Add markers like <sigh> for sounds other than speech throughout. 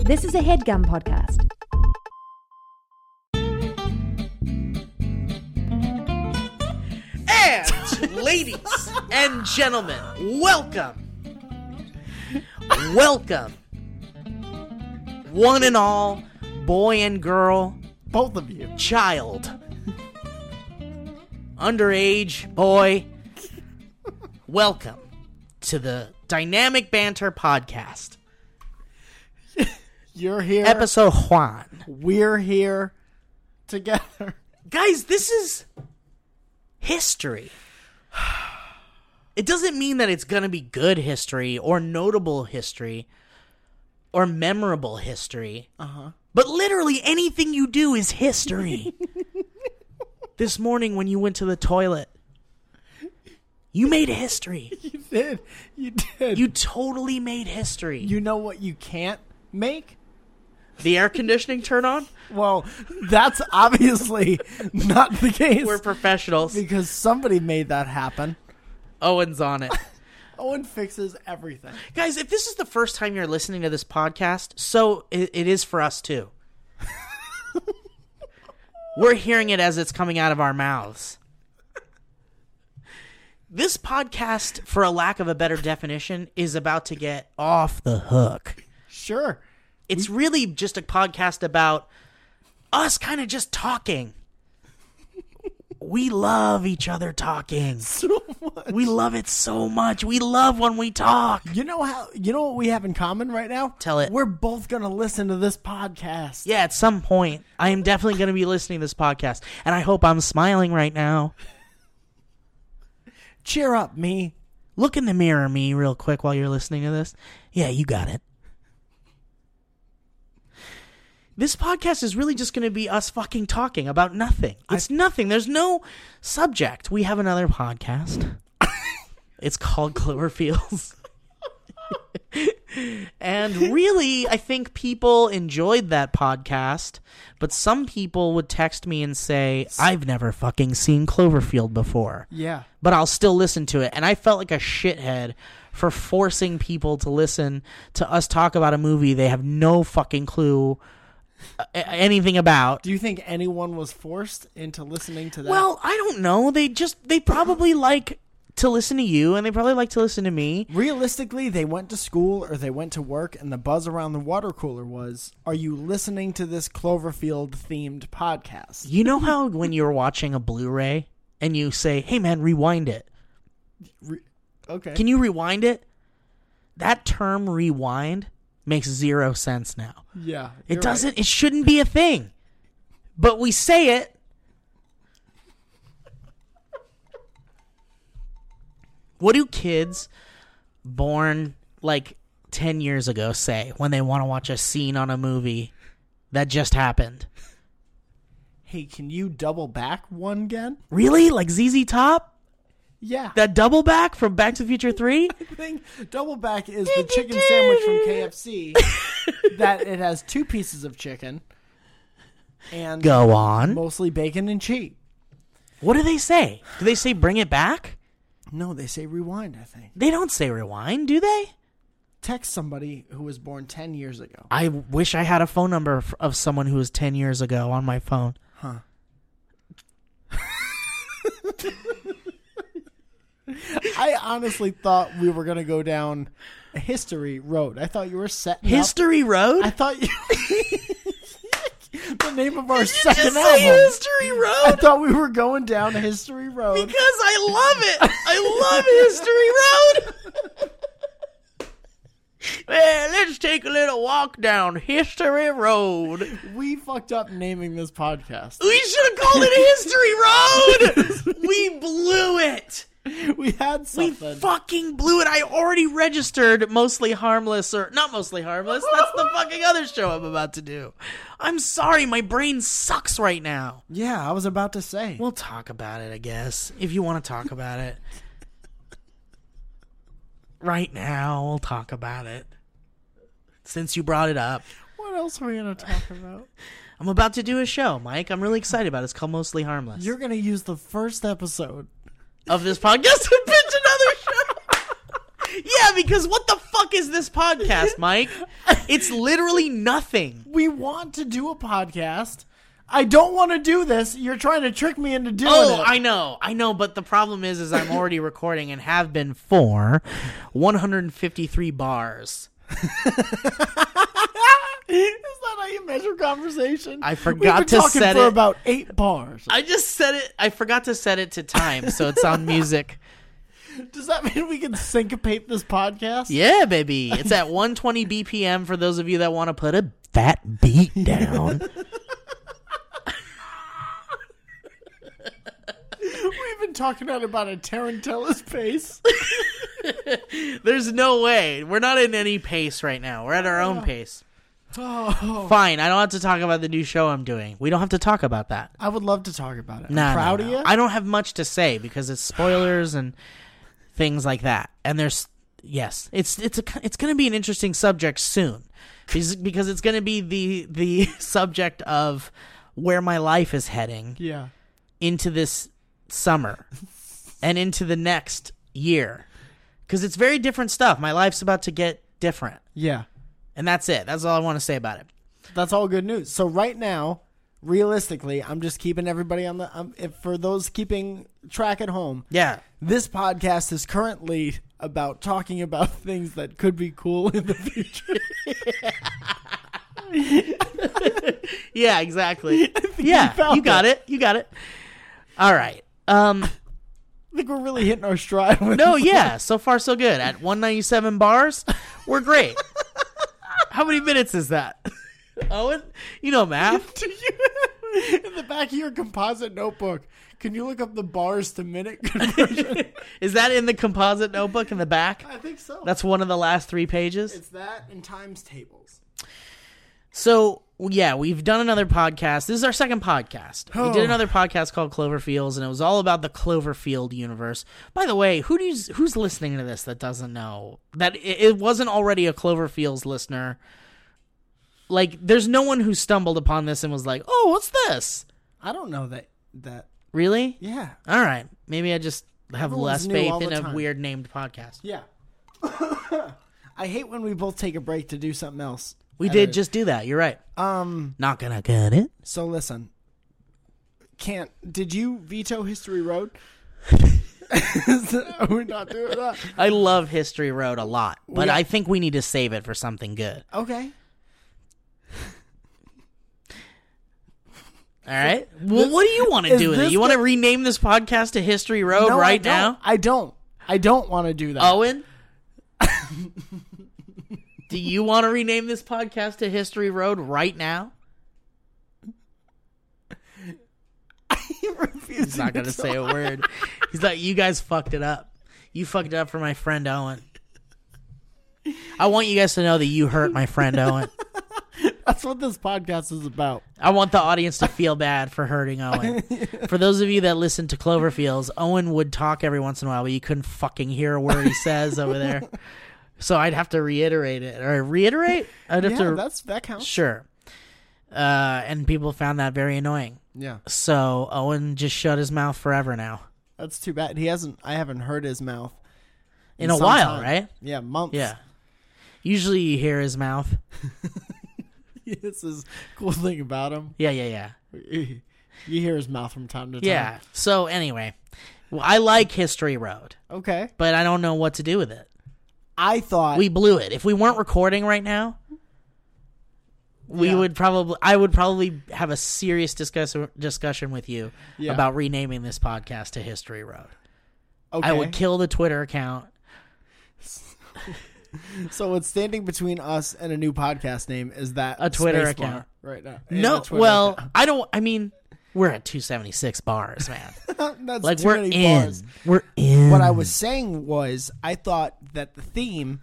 This is a headgum podcast. And ladies and gentlemen, welcome. Welcome. One and all, boy and girl, Both of you. child. Underage boy. Welcome to the Dynamic Banter Podcast. You're here. Episode Juan. We're here together. <laughs> guys, this is history. It doesn't mean that it's going to be good history or notable history or memorable history. Uh huh. But literally anything you do is history. this morning when you went to the toilet, you made history. You did. You did. You totally made history. you know what you can't make? the air conditioning turn on? Well, that's obviously not the case. We're <laughs> professionals. because somebody made that happen. Owen's on it. Owen fixes everything. guys if this is the first time you're listening to this podcast so it, it is for us too we're hearing it as it's coming out of our mouths this podcast for a lack of a better definition is about to get off the hook <laughs> Sure. it's really just a podcast about us kind of just talking we love each other talking So much. we love it so much we love when we talk You know how you know what we have in common right now? Tell it. We're both gonna listen to this podcast. Yeah, at some point, I am definitely going to be listening to this podcast, and I hope I'm smiling right now. Cheer up, me. Look in the mirror, me, real quick, while you're listening to this. Yeah, you got it. This podcast is really just going to be us fucking talking about nothing. It's nothing. There's no subject. We have another podcast. it's called Cloverfields. and really, I think people enjoyed that podcast, but some people would text me and say, I've never fucking seen Cloverfield before Yeah. but I'll still listen to it. And I felt like a shithead for forcing people to listen to us talk about a movie they have no fucking clue uh, a- anything about. Do you think anyone was forced into listening to that? Well, I don't know. They just they probably like to listen to you and they probably like to listen to me. realistically, they went to school or they went to work, and the buzz around the water cooler was, "Are you listening to this Cloverfield themed podcast?" You know how when you're watching a Blu-ray and you say, "Hey man, rewind it." Re- okay. Can you rewind it? That term rewind makes zero sense now. yeah. It you're doesn't. It shouldn't be a thing. But we say it. What do kids born like 10 years ago say when they want to watch a scene on a movie that just happened? right. Hey, can you double back one again? Really? Like ZZ Top? Yeah. That double back from Back to the Future 3? <laughs> thing double back is the chicken sandwich from <laughs> KFC that it has two pieces of chicken and Go on. mostly bacon and cheese. What do they say? Do they say bring it back? No, they say rewind, I think. They don't say rewind, do they? Text somebody who was born 10 years ago. I wish I had a phone number f- of someone who was 10 years ago on my phone. I honestly thought we were going to go down a history road. I thought you were setting up. History Road? <laughs> I thought you. <laughs> the name of our second say album. History I Road thought we were going down a history road. because I love it. I love History Road. <laughs> Man, let's take a little walk down History Road. We fucked up naming this podcast. We should have called it History <laughs> Road. We blew it. We had We something. fucking blew it. I already registered mostly harmless or not mostly harmless. That's <laughs> the fucking other show I'm about to do. I'm sorry, my brain sucks right now. Yeah, I was about to say. We'll talk about it, I guess, if you want to talk about it. right now, we'll talk about it. Since you brought it up, what else are we gonna talk about? I'm about to do a show, Mike. I'm really excited about it. It's called Mostly Harmless. <laughs> You're gonna use the first episode. <laughs> of this podcast to pitch another show. yeah, because what the fuck fuck is this podcast, Mike? It's literally nothing. We want to do a podcast. I don't want to do this. You're trying to trick me into doing Oh, it. I know, I know, but the problem is, is I'm already recording and have been for 153 bars. <laughs> Is that how you measure conversation? I We've forgot been to talking set for it- about eight bars. I just set it. I forgot to set it to time, so it's <laughs> on music. Does that mean we can syncopate this podcast? Yeah, baby, it's at 120 BPM for those of you that want to put a fat beat down. We've been talking at about a <laughs> Tarantella's pace. <laughs> There's no way we're not in any pace right now. We're at our own pace. oh, Fine, I don't have to talk about the new show I'm doing. We don't have to talk about that. I would love to talk about it. Nah, nah, I'm proud nah. of you. I don't have much to say because it's spoilers and things like that. And there's yes, it's it's a, it's going to be an interesting subject soon, because because it's going to be the the <laughs> subject of where my life is heading yeah. into this summer and into the next year, because it's very different stuff. My life's about to get different, Yeah. and that's it. That's all I want to say about it. That's all good news. So right now, realistically, I'm just keeping everybody on the. Um, if, for those keeping track at home, Yeah. this podcast is currently about talking about <laughs> things that could be cool in the future. <laughs> Yeah, <laughs> exactly. yeah, found you got it. You got it. All right. Um I think we're really hitting our stride. <laughs> With no, Oh, yeah, so far so good. At 197 bars, we're great. <laughs> How many minutes is that? <laughs> Owen, you know math. Do you- in the back of your composite notebook, can you look up the bars <laughs> to minute conversion? Is that in the composite notebook in the back? I think so. That's one of the last 3 pages. it's that and times tables. So, yeah, we've done another podcast. This is our second podcast. We Oh. did another podcast called Cloverfields and it was all about the Cloverfield universe. By the way, who do you, who's listening to this that doesn't know that it, it wasn't already a Cloverfields listener? Like there's no one who stumbled upon this and was like, "Oh, what's this?" I don't know that that. Really? Yeah, All right. Maybe I just have less Everyone's new all faith the in a time. weird named podcast. yeah. <laughs> I hate when we both take a break to do something else. We Uh, did just do that. You're right. Um. Not gonna cut it. So listen. Can't. Did you veto History <laughs> Road? We're not doing that. I love History Road a lot, but Yeah. I think we need to save it for something good. Okay. All right. Well, what do you want to is do with it? this You want to rename this podcast to History Road No, I Oh, right don't. now? Oh. I don't. I don't want to do that. <laughs> Owen? do you want to rename this podcast to History Road right now? he refuses. He's not going to say <laughs> a word. He's like, you guys fucked it up. You fucked it up for my friend Owen. I want you guys to know that you hurt my friend Owen. That's what this podcast is about. I want the audience to feel bad for hurting <laughs> Owen. For those of you that listen to Cloverfields, Owen would talk every once in a while, but you couldn't fucking hear a word he says over <laughs> there. So I'd have to reiterate it. Or reiterate? I'd have Yeah, to. that's that counts. Sure. Uh, and people found that very annoying. Yeah, So Owen just shut his mouth forever now. that's too bad. He hasn't. I haven't heard his mouth In, in a some while, time. right? Yeah, months. Yeah. Usually you hear his mouth. <laughs> this is cool thing about him. Yeah, yeah, yeah. You hear his mouth from time to time. Yeah. So anyway, well, I like History Road, Okay. but I don't know what to do with it. I thought We blew it. If we weren't recording right now, we Yeah. would probably I would probably have a serious discuss- discussion with you Yeah. about renaming this podcast to History Road. okay. I would kill the Twitter account. So what's standing between us and a new podcast name is that A Twitter space account. bar right now. No, well, I don't I mean, we're at 276 bars, <laughs> man. <laughs> that's Like too we're many in. bars. We're in. What I was saying was I thought that the theme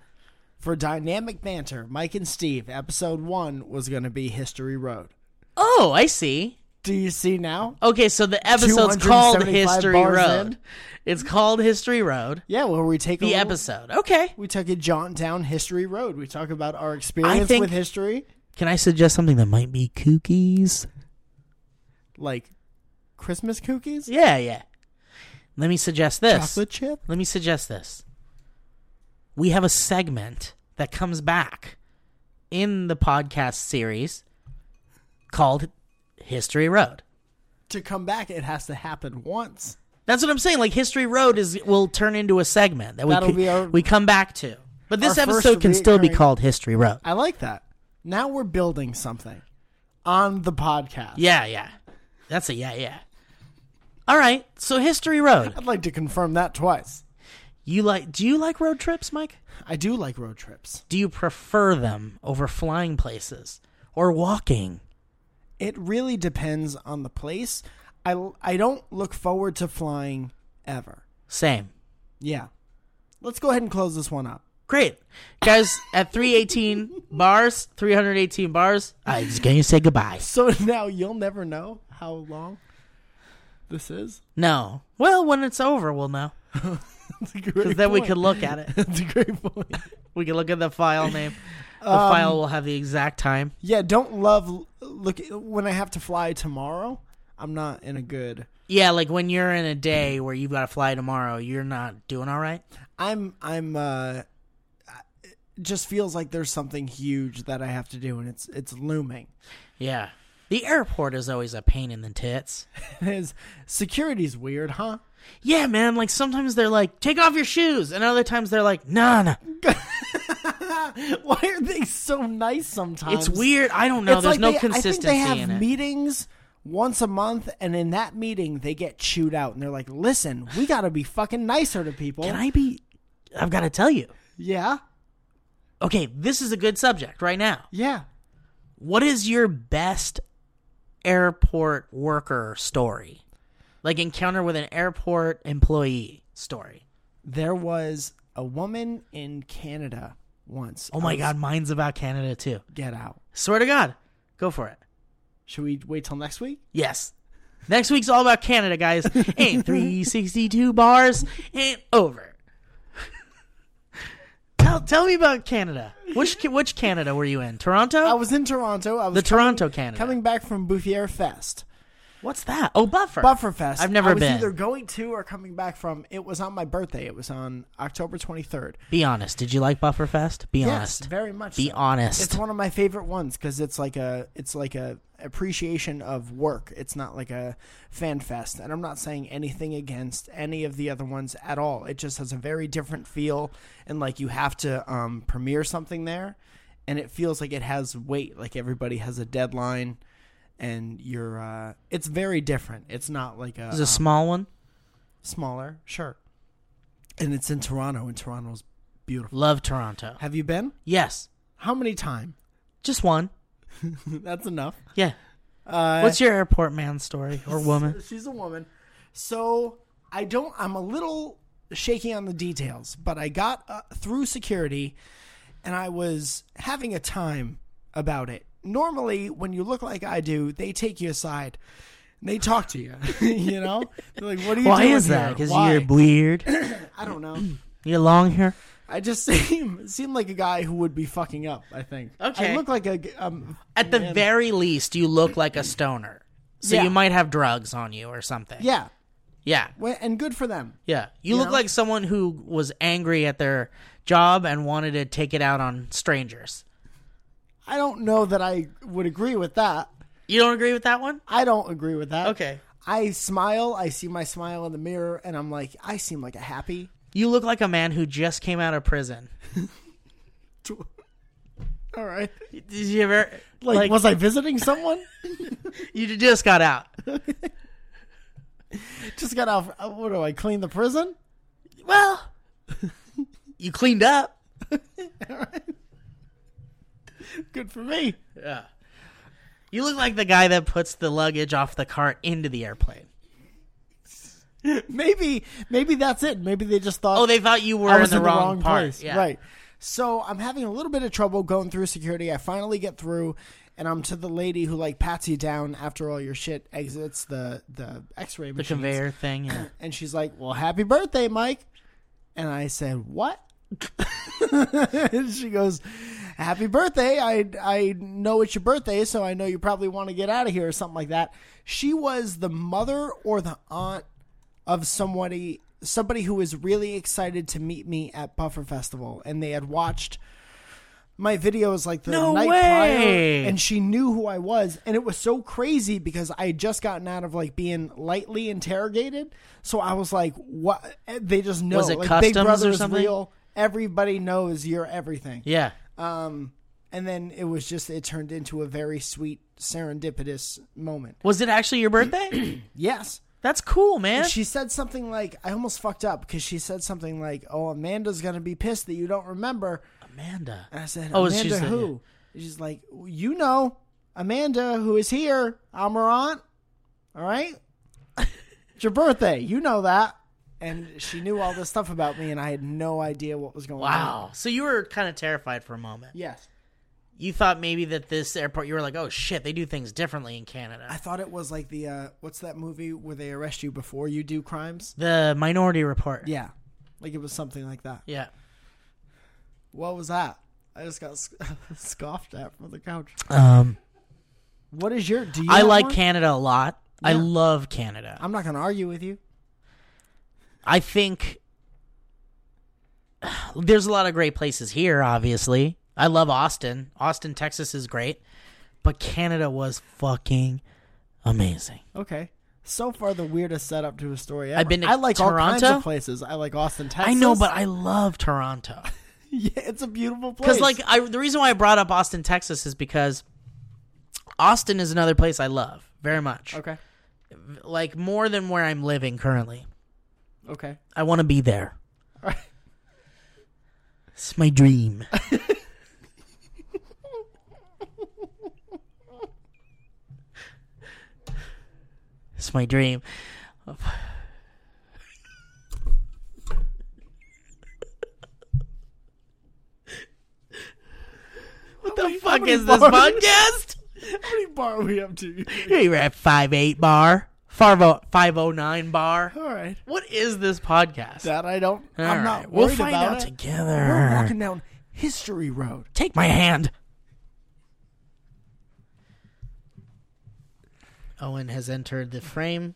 for dynamic banter, Mike and Steve, episode one was going to be History Road. Oh, I see. Do you see now? Okay, so the episode's called 275 History bars Road. in. It's called History Road. Yeah, where we take a The little- episode. Okay. We took a jaunt down History Road. We talk about our experience think- with history, Can I suggest something that might be kookies? like Christmas cookies, Yeah, yeah. Let me suggest this. chocolate chip. Let me suggest this. We have a segment that comes back in the podcast series called History Road. To come back, it has to happen once. That's what I'm saying. Like History Road is will turn into a segment that we That'll c- be our- we come back to. But this our first episode can still be reoccurring- called History Road. I like that. Now we're building something on the podcast. Yeah, yeah. That's a yeah, yeah. All right. So History Road. I'd like to confirm that twice. You like do you like road trips, Mike? I do like road trips. Do you prefer them over flying places or walking? It really depends on the place. I, I don't look forward to flying ever. Same. Yeah. Let's go ahead and close this one up. <laughs> Great. Guys, at 318 bars, 318 bars, I'm just going to say goodbye. So now you'll never know how long this is. No. Well, when it's over, we'll know. <laughs> That's a great Because then we point. can <laughs> look at it. That's a great point. We can look at the file name. The file will have the exact time. <laughs> Yeah, don't love look when I have to fly tomorrow. I'm not in a good. Yeah, like when you're in a day where you've got to fly tomorrow, you're not doing all right. I'm I'm uh it just feels like there's something huge that I have to do and it's it's looming. <laughs> Yeah. The airport is always a pain in the tits. His security's weird, huh? <laughs> Yeah, man. Like sometimes they're like, take off your shoes. And other times they're like, nah, nah. Why are they so nice sometimes? It's weird. I don't know. It's There's like no they- consistency I think they have in it. meetings once a month, and in that meeting they get chewed out, and they're like, "Listen, we got to be fucking nicer to people." Can I be. I've got to tell you. Yeah, Okay, this is a good subject right now. yeah. What is your best airport worker story? Like encounter with an airport employee story. There was a woman in Canada once. Oh my I was- god, mine's about Canada too. Get out! Swear to god. Go for it. Should we wait till next week? Yes. Next week's all about Canada, <laughs> guys. And 362 bars and over. tell tell me about Canada. Which which Canada were you in? Toronto? I was in Toronto. I was the coming, Toronto Canada. coming back from Bouffier Fest, What's that? Oh, Buffer. Bufferfest. I've never I was been. Either going to or coming back from. It was on my birthday. It was on October twenty third. Be honest. Did you like Bufferfest? Be Yes, honest. very much. Be so. honest. It's one of my favorite ones because it's like a it's like a appreciation of work. It's not like a fan fest, and I'm not saying anything against any of the other ones at all. It just has a very different feel, and like you have to um, premiere something there, and it feels like it has weight. Like everybody has a deadline, and you're uh, it's very different. It's not like a, It's a um, small one. smaller sure, and it's in Toronto, and Toronto's beautiful. Love Toronto. Have you been? Yes. How many times? Just one. <laughs> That's enough. Yeah. Uh, What's your airport man story or woman? She's a woman. So I don't. I'm a little shaky on the details, but I got uh, through security, and I was having a time about it. Normally, when you look like I do, they take you aside. And they talk to you. <laughs> you know, they're like, "What are you Why doing is that? here? Because Why?" you're weird. <coughs> I don't know. You're long hair. I just <laughs> seem seem like a guy who would be fucking up. I think. I Okay. look like a g- um, At the very least, you look like a stoner. So Yeah. you might have drugs on you or something. yeah, Yeah. Well, and good for them. Yeah. You look know? like someone who was angry at their job and wanted to take it out on strangers. I don't know that I would agree with that. You don't agree with that one? I don't agree with that. Okay. I smile. I see my smile in the mirror, and I'm like, I seem like a happy. You look like a man who just came out of prison. <laughs> All right. <laughs> Did you ever Like, like, was I visiting someone? <laughs> you just got out? Just got out. uh, What do I clean the prison? Well, <laughs> you cleaned up. Good for me. Yeah. You look like the guy that puts the luggage off the cart into the airplane. Maybe, maybe that's it. Maybe they just thought. Oh, they thought you were I was in the wrong, part. place. Yeah. Right. So I'm having a little bit of trouble going through security. I finally get through, and I'm to the lady who like pats you down after all your shit exits the the X-ray The machine. conveyor thing. <clears throat> Yeah. <laughs> And she's like, "Well, happy birthday, Mike." And I said, "What?" <laughs> and she goes, "Happy birthday. I I know it's your birthday, so I know you probably want to get out of here or something like that." She was the mother or the aunt of somebody somebody who was really excited to meet me at Buffer Festival, and they had watched my videos like the No night way! prior, and she knew who I was, and it was so crazy because I had just gotten out of like being lightly interrogated, so I was like, "What?" They just know. Was it like, customs Big or Brother is something? real. Everybody knows you're everything. Yeah. Um, and then it was just it turned into a very sweet serendipitous moment. Was it actually your <clears throat> birthday? Yes. That's cool, man. And she said something like, I almost fucked up because she said something like, "Oh, Amanda's gonna be pissed that you don't remember." Amanda. And I said, Oh, "Amanda she's the- who?" And She's like, "You know, Amanda who is here. I'm her aunt. All right, it's your birthday. You know that." And she knew all this stuff about me, and I had no idea what was going on. Wow. So you were kind of terrified for a moment. Yes. You thought maybe that this airport, you were like, oh shit, they do things differently in Canada. I thought it was like the uh, what's that movie where they arrest you before you do crimes? the Minority Report. Yeah, like it was something like that. Yeah. What was that? I just got <laughs> sc- scoffed at from the couch. Um, What is your? Do you? I have like one? Canada a lot. I Yeah. love Canada. I'm not going to argue with you. I think <sighs> there's a lot of great places here, obviously. I love Austin. Austin, Texas is great. But Canada was fucking amazing. Okay. So far, the weirdest setup to a story ever. I've been to I like all kinds Toronto. of places. I like Austin, Texas. I know, but I love Toronto. <laughs> <laughs> yeah, it's a beautiful place. Because like I, the reason why I brought up Austin, Texas, is because Austin is another place I love very much. okay, Like more than where I'm living currently. okay, <laughs> I want to be there. all right. It's my <laughs> dream. it's my dream. What the fuck many is this bars? podcast? How many bar are we up to? You're at five eight bar, five oh nine bar. All right. What is this podcast? That I don't. All I'm right, not. We'll worried find about out it. together. We're walking down history road. Take my hand. Owen has entered the <laughs> frame,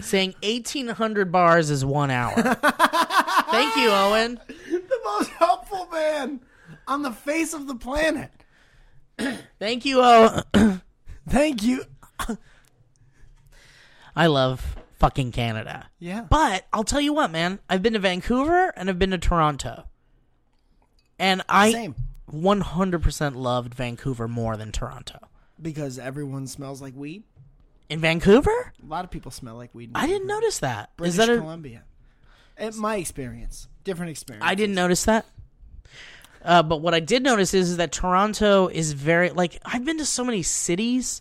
saying 1,800 bars is one hour. <laughs> Thank you, Owen. The most helpful man on the face of the planet. Thank you, Owen. Thank you. I love fucking Canada. Yeah. But I'll tell you what, man. I've been to Vancouver and I've been to Toronto. And I Same. 100% loved Vancouver more than Toronto. Because everyone smells like weed. In Vancouver? A lot of people smell like weed. in I didn't Vancouver. notice that. Is British that a, Columbia. In my experience, different experience. I didn't notice that. Uh, but what I did notice is, is that Toronto is very like I've been to so many cities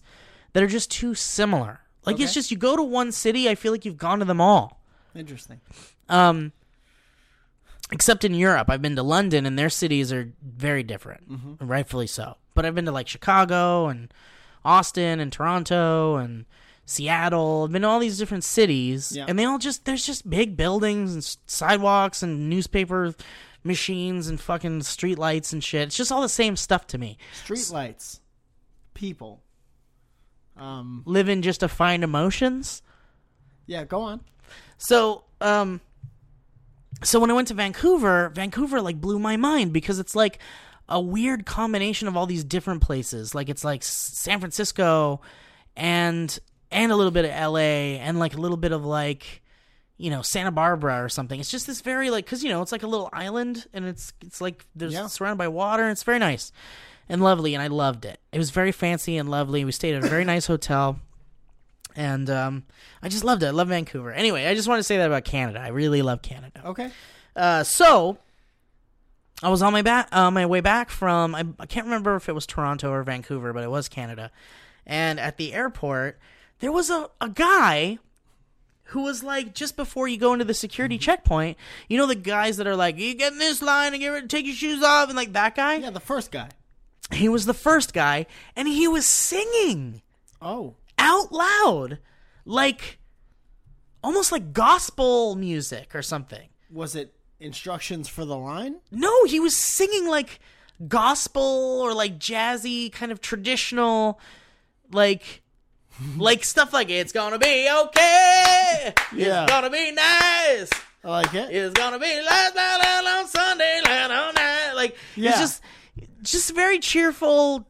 that are just too similar. Like it's Okay. just you go to one city, I feel like you've gone to them all. Interesting. Um, except in Europe, I've been to London, and their cities are very different, and rightfully so. But I've been to like Chicago and Austin and Toronto and Seattle. I've been to all these different cities, Yeah. and they all just there's just big buildings and s- sidewalks and newspaper machines and fucking streetlights and shit. It's just all the same stuff to me. Streetlights, people. Um. Living just to find emotions. Yeah. Go on. So, um, so when I went to Vancouver, Vancouver like blew my mind because it's like a weird combination of all these different places. Like it's like S- San Francisco and and a little bit of LA and like a little bit of like you know Santa Barbara or something. It's just this very like cuz you know it's like a little island and it's it's like there's Yeah. surrounded by water and it's very nice and lovely and I loved it. It was very fancy and lovely. We stayed at a very nice hotel and um, I just loved it. I love Vancouver. Anyway, I just want to say that about Canada. I really love Canada. Okay. Uh, so I was on my back, uh, my way back from I, I can't remember if it was Toronto or Vancouver, but it was Canada. And at the airport, there was a, a guy who was like just before you go into the security checkpoint. You know the guys that are like, "You get in this line and get rid- take your shoes off," and like that guy. Yeah. The first guy. He was the first guy, and he was singing Oh. out loud, like almost like gospel music or something. Was it instructions for the line? No, he was singing like gospel or like jazzy kind of traditional <laughs> like like stuff like it's gonna be okay. Yeah. It's gonna be nice. I like it. It's gonna be last night on Sunday, last all night. Like Yeah. it's just just very cheerful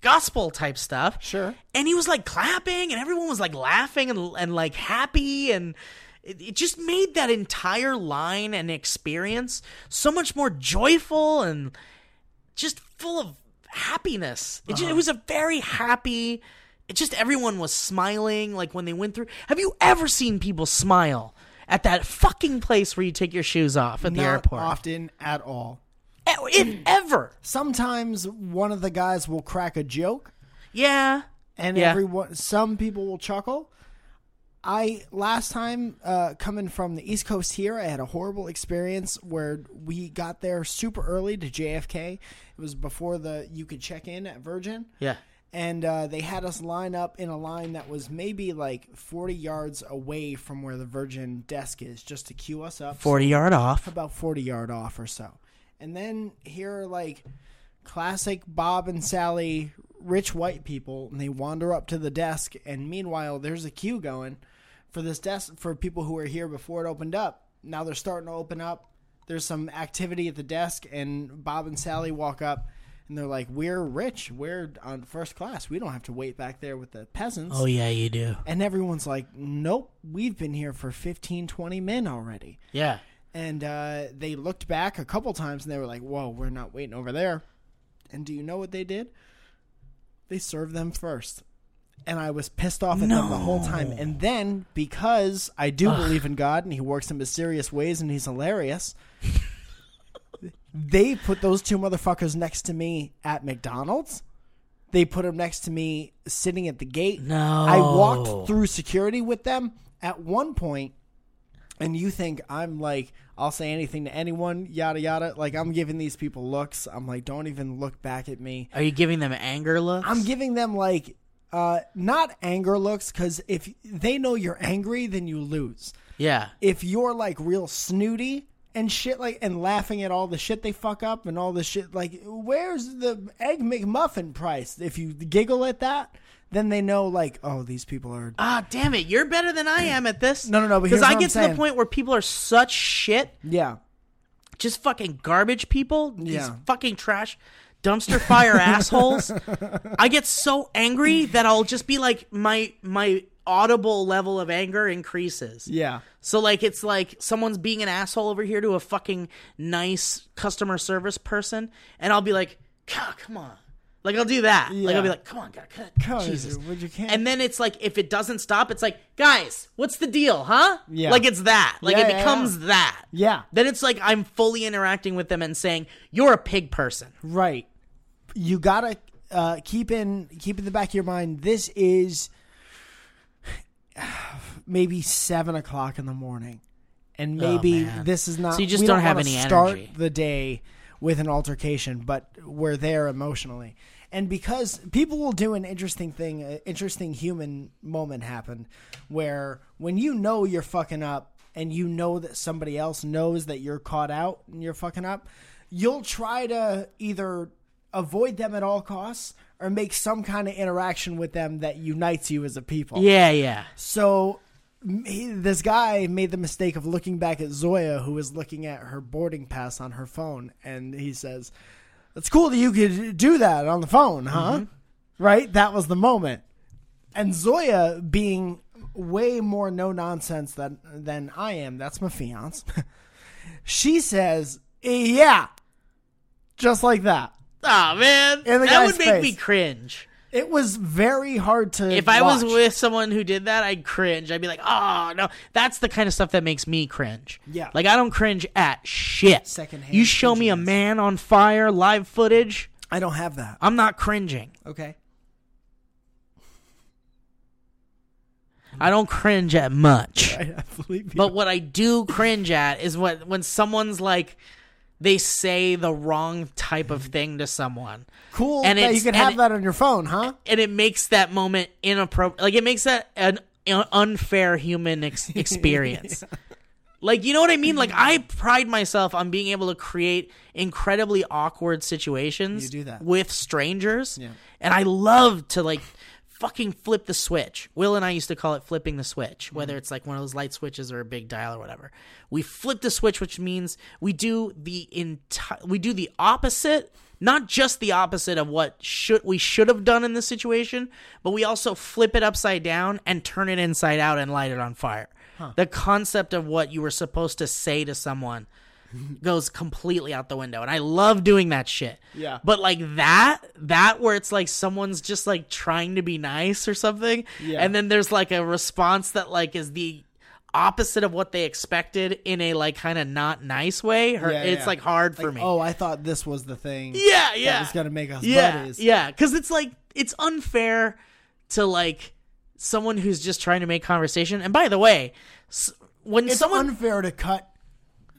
gospel type stuff. Sure. And he was like clapping and everyone was like laughing and, and like happy and it, it just made that entire line and experience so much more joyful and just full of happiness. It, ju- it was a very happy it just everyone was smiling like when they went through. Have you ever seen people smile at that fucking place where you take your shoes off at the Not airport? often at all. E- If ever. Sometimes one of the guys will crack a joke Yeah. and Yeah. everyone some people will chuckle i last time uh, coming from the east coast here i had a horrible experience where we got there super early to jfk it was before the you could check in at virgin Yeah. and uh, they had us line up in a line that was maybe like 40 yards away from where the virgin desk is just to queue us up 40 yard off. about 40 yard off or so. And then here are like classic Bob and Sally rich white people, and they wander up to the desk. And meanwhile, there's a queue going for this desk for people who were here before it opened up. Now they're starting to open up. There's some activity at the desk, and Bob and Sally walk up. And they're like, we're rich. We're on first class. We don't have to wait back there with the peasants. Oh yeah, you do. And everyone's like, nope, we've been here for 15, 20 men already Yeah. and uh, they looked back a couple times and they were like, "Whoa, we're not waiting over there." And do you know what they did? They served them first, and I was pissed off at them the whole time. And then because I do believe in God and He works in mysterious ways and He's hilarious, they put those two motherfuckers next to me at McDonald's. They put them next to me sitting at the gate. No. I walked through security with them at one point and you think I'm like I'll say anything to anyone, yada yada. Like I'm giving these people looks. I'm like, don't even look back at me. Are you giving them anger looks? I'm giving them like uh not anger looks because if they know you're angry, then you lose. yeah. If you're like real snooty and shit like and laughing at all the shit they fuck up and all the shit like where's the egg McMuffin price? If you giggle at that, then they know like, oh, these people are Ah, damn it! You're better than I am at this. No, no, no, but Because here's I what get I'm to the saying. point where people are such shit, Yeah. just fucking garbage people. These Yeah. fucking trash, dumpster <laughs> fire assholes. I get so angry that I'll just be like, my my audible level of anger increases. Yeah. So like it's like someone's being an asshole over here to a fucking nice customer service person, and I'll be like, "God, come on!" Like I'll do that. Like Yeah. I'll be like, "Come on, God, God, Come on, Jesus!" would you can't- And then it's like if it doesn't stop, it's like, "Guys, what's the deal, huh?" Yeah. Like it's that. Like Yeah, it yeah, becomes that. Yeah. Then it's like I'm fully interacting with them and saying, "You're a pig person." Right. You gotta uh, keep in keep in the back of your mind. This is <sighs> maybe seven o'clock in the morning, and maybe Oh, man. this is not. So you just we don't have wanna any start energy. the day with an altercation, but we're there emotionally. And because people will do an interesting thing, an interesting human moment happened where when you know you're fucking up and you know that somebody else knows that you're caught out and you're fucking up, you'll try to either avoid them at all costs or make some kind of interaction with them that unites you as a people. Yeah, yeah. So m- he, this guy made the mistake of looking back at Zoya, who was looking at her boarding pass on her phone, and he says, "It's cool that you could do that on the phone, huh?" Mm-hmm. Right? That was the moment. And Zoya, being way more no nonsense than than I am, that's my fiance. <laughs> she says, "Yeah," just like that. Oh man, In that the guy's would make me face. cringe. It was very hard to. if I was watch. with someone who did that, I'd cringe. I'd be like, oh no, that's the kind of stuff that makes me cringe. Yeah. like I don't cringe at shit. Secondhand You show me a cringiness. man on fire live footage, I don't have that. I'm not cringing. Okay. <laughs> I don't cringe at much. I believe you. But what I do cringe at is what when someone's like, they say the wrong type of thing to someone, cool And that you it's- can and have it- that on your phone, huh? and it makes that moment inappropriate. Like it makes that an un- unfair human <laughs> ex- experience. Like you know what I mean? Like I pride myself on being able to create incredibly awkward situations You do that. with strangers. And I love to like fucking flip the switch. Will and I used to call it flipping the switch, whether it's like one of those light switches or a big dial or whatever. We flip the switch which means we do the entire we do the opposite not just the opposite of what should we should have done in this situation, but we also flip it upside down and turn it inside out and light it on fire. The concept of what you were supposed to say to someone goes completely out the window, and I love doing that shit. Yeah. But like that, that where it's like someone's just like trying to be nice or something, Yeah. and then there's like a response that like is the opposite of what they expected in a like kind of not nice way. Her, Yeah, it's yeah. like hard for me. Oh, I thought this was the thing. Yeah, yeah. That was gonna make us yeah, buddies. yeah. Because it's like it's unfair to like someone who's just trying to make conversation. And by the way, s- when It's someone unfair to cut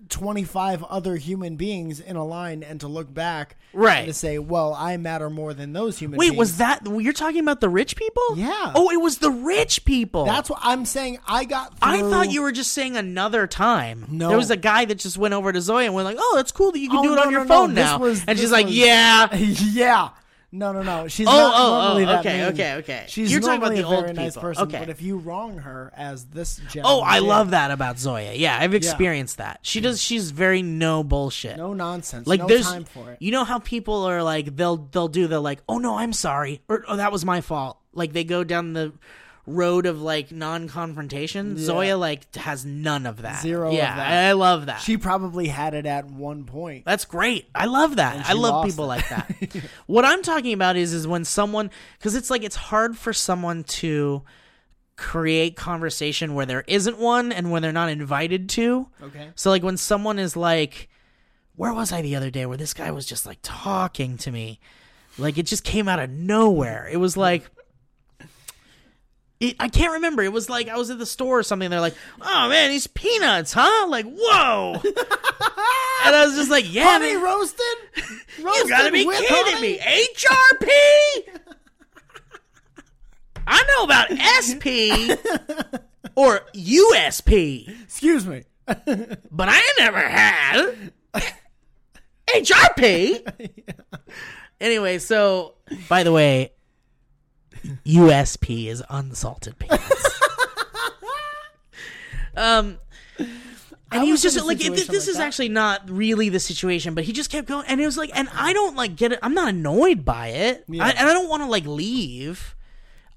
twenty five other human beings in a line and to look back Right. and to say, Well, I matter more than those human wait beings. was that you're talking about the rich people? Yeah. Oh, it was the rich people. that's what I'm saying I got I through- thought you were just saying another time. No. There was a guy that just went over to Zoe and went like, "Oh, it's cool that you can Oh, do it no, on your no, no, phone this now." was- and she's this like, was- "Yeah, <laughs> <laughs> yeah. No, no, no. She's Oh, not oh, normally oh, that okay, mean. okay, okay. She's You're talking about normally the a old very nice people. person, Okay. but if you wrong her as this gentleman Oh, I did, love that about Zoya. Yeah, I've experienced that. She does. She's very no bullshit. No nonsense. like no there's time for it. you know how people are like they'll they'll do the like oh no I'm sorry or oh that was my fault. Like they go down the road of like non-confrontation. Zoya like has none of that. Zero of Yeah, that. I- I love that. She probably had it at one point. That's great. I love that. I love lost people it. like <laughs> that. what I'm talking about is is when someone cuz it's like it's hard for someone to create conversation where there isn't one and when they're not invited to. Okay. So like when someone is like where was I the other day where this guy was just like talking to me? Like it just came out of nowhere. It was like it, I can't remember. It was like I was at the store or something. They're like, "Oh man, these peanuts, huh?" Like, <laughs> whoa! and I was just like, "Yeah, Honey man, roasted? <laughs> you Roasted gotta be with kidding honey? me! HRP? I know about <laughs> SP or USP, Excuse me. <laughs> but I never had <laughs> HRP. Anyway, so by the way, USP is unsalted peanuts. <laughs> um. And he was was in just a like, this, situation this like is that. actually not really the situation, but he just kept going. And it was like, and I don't like get it. I'm not annoyed by it. I, and I don't want to like leave.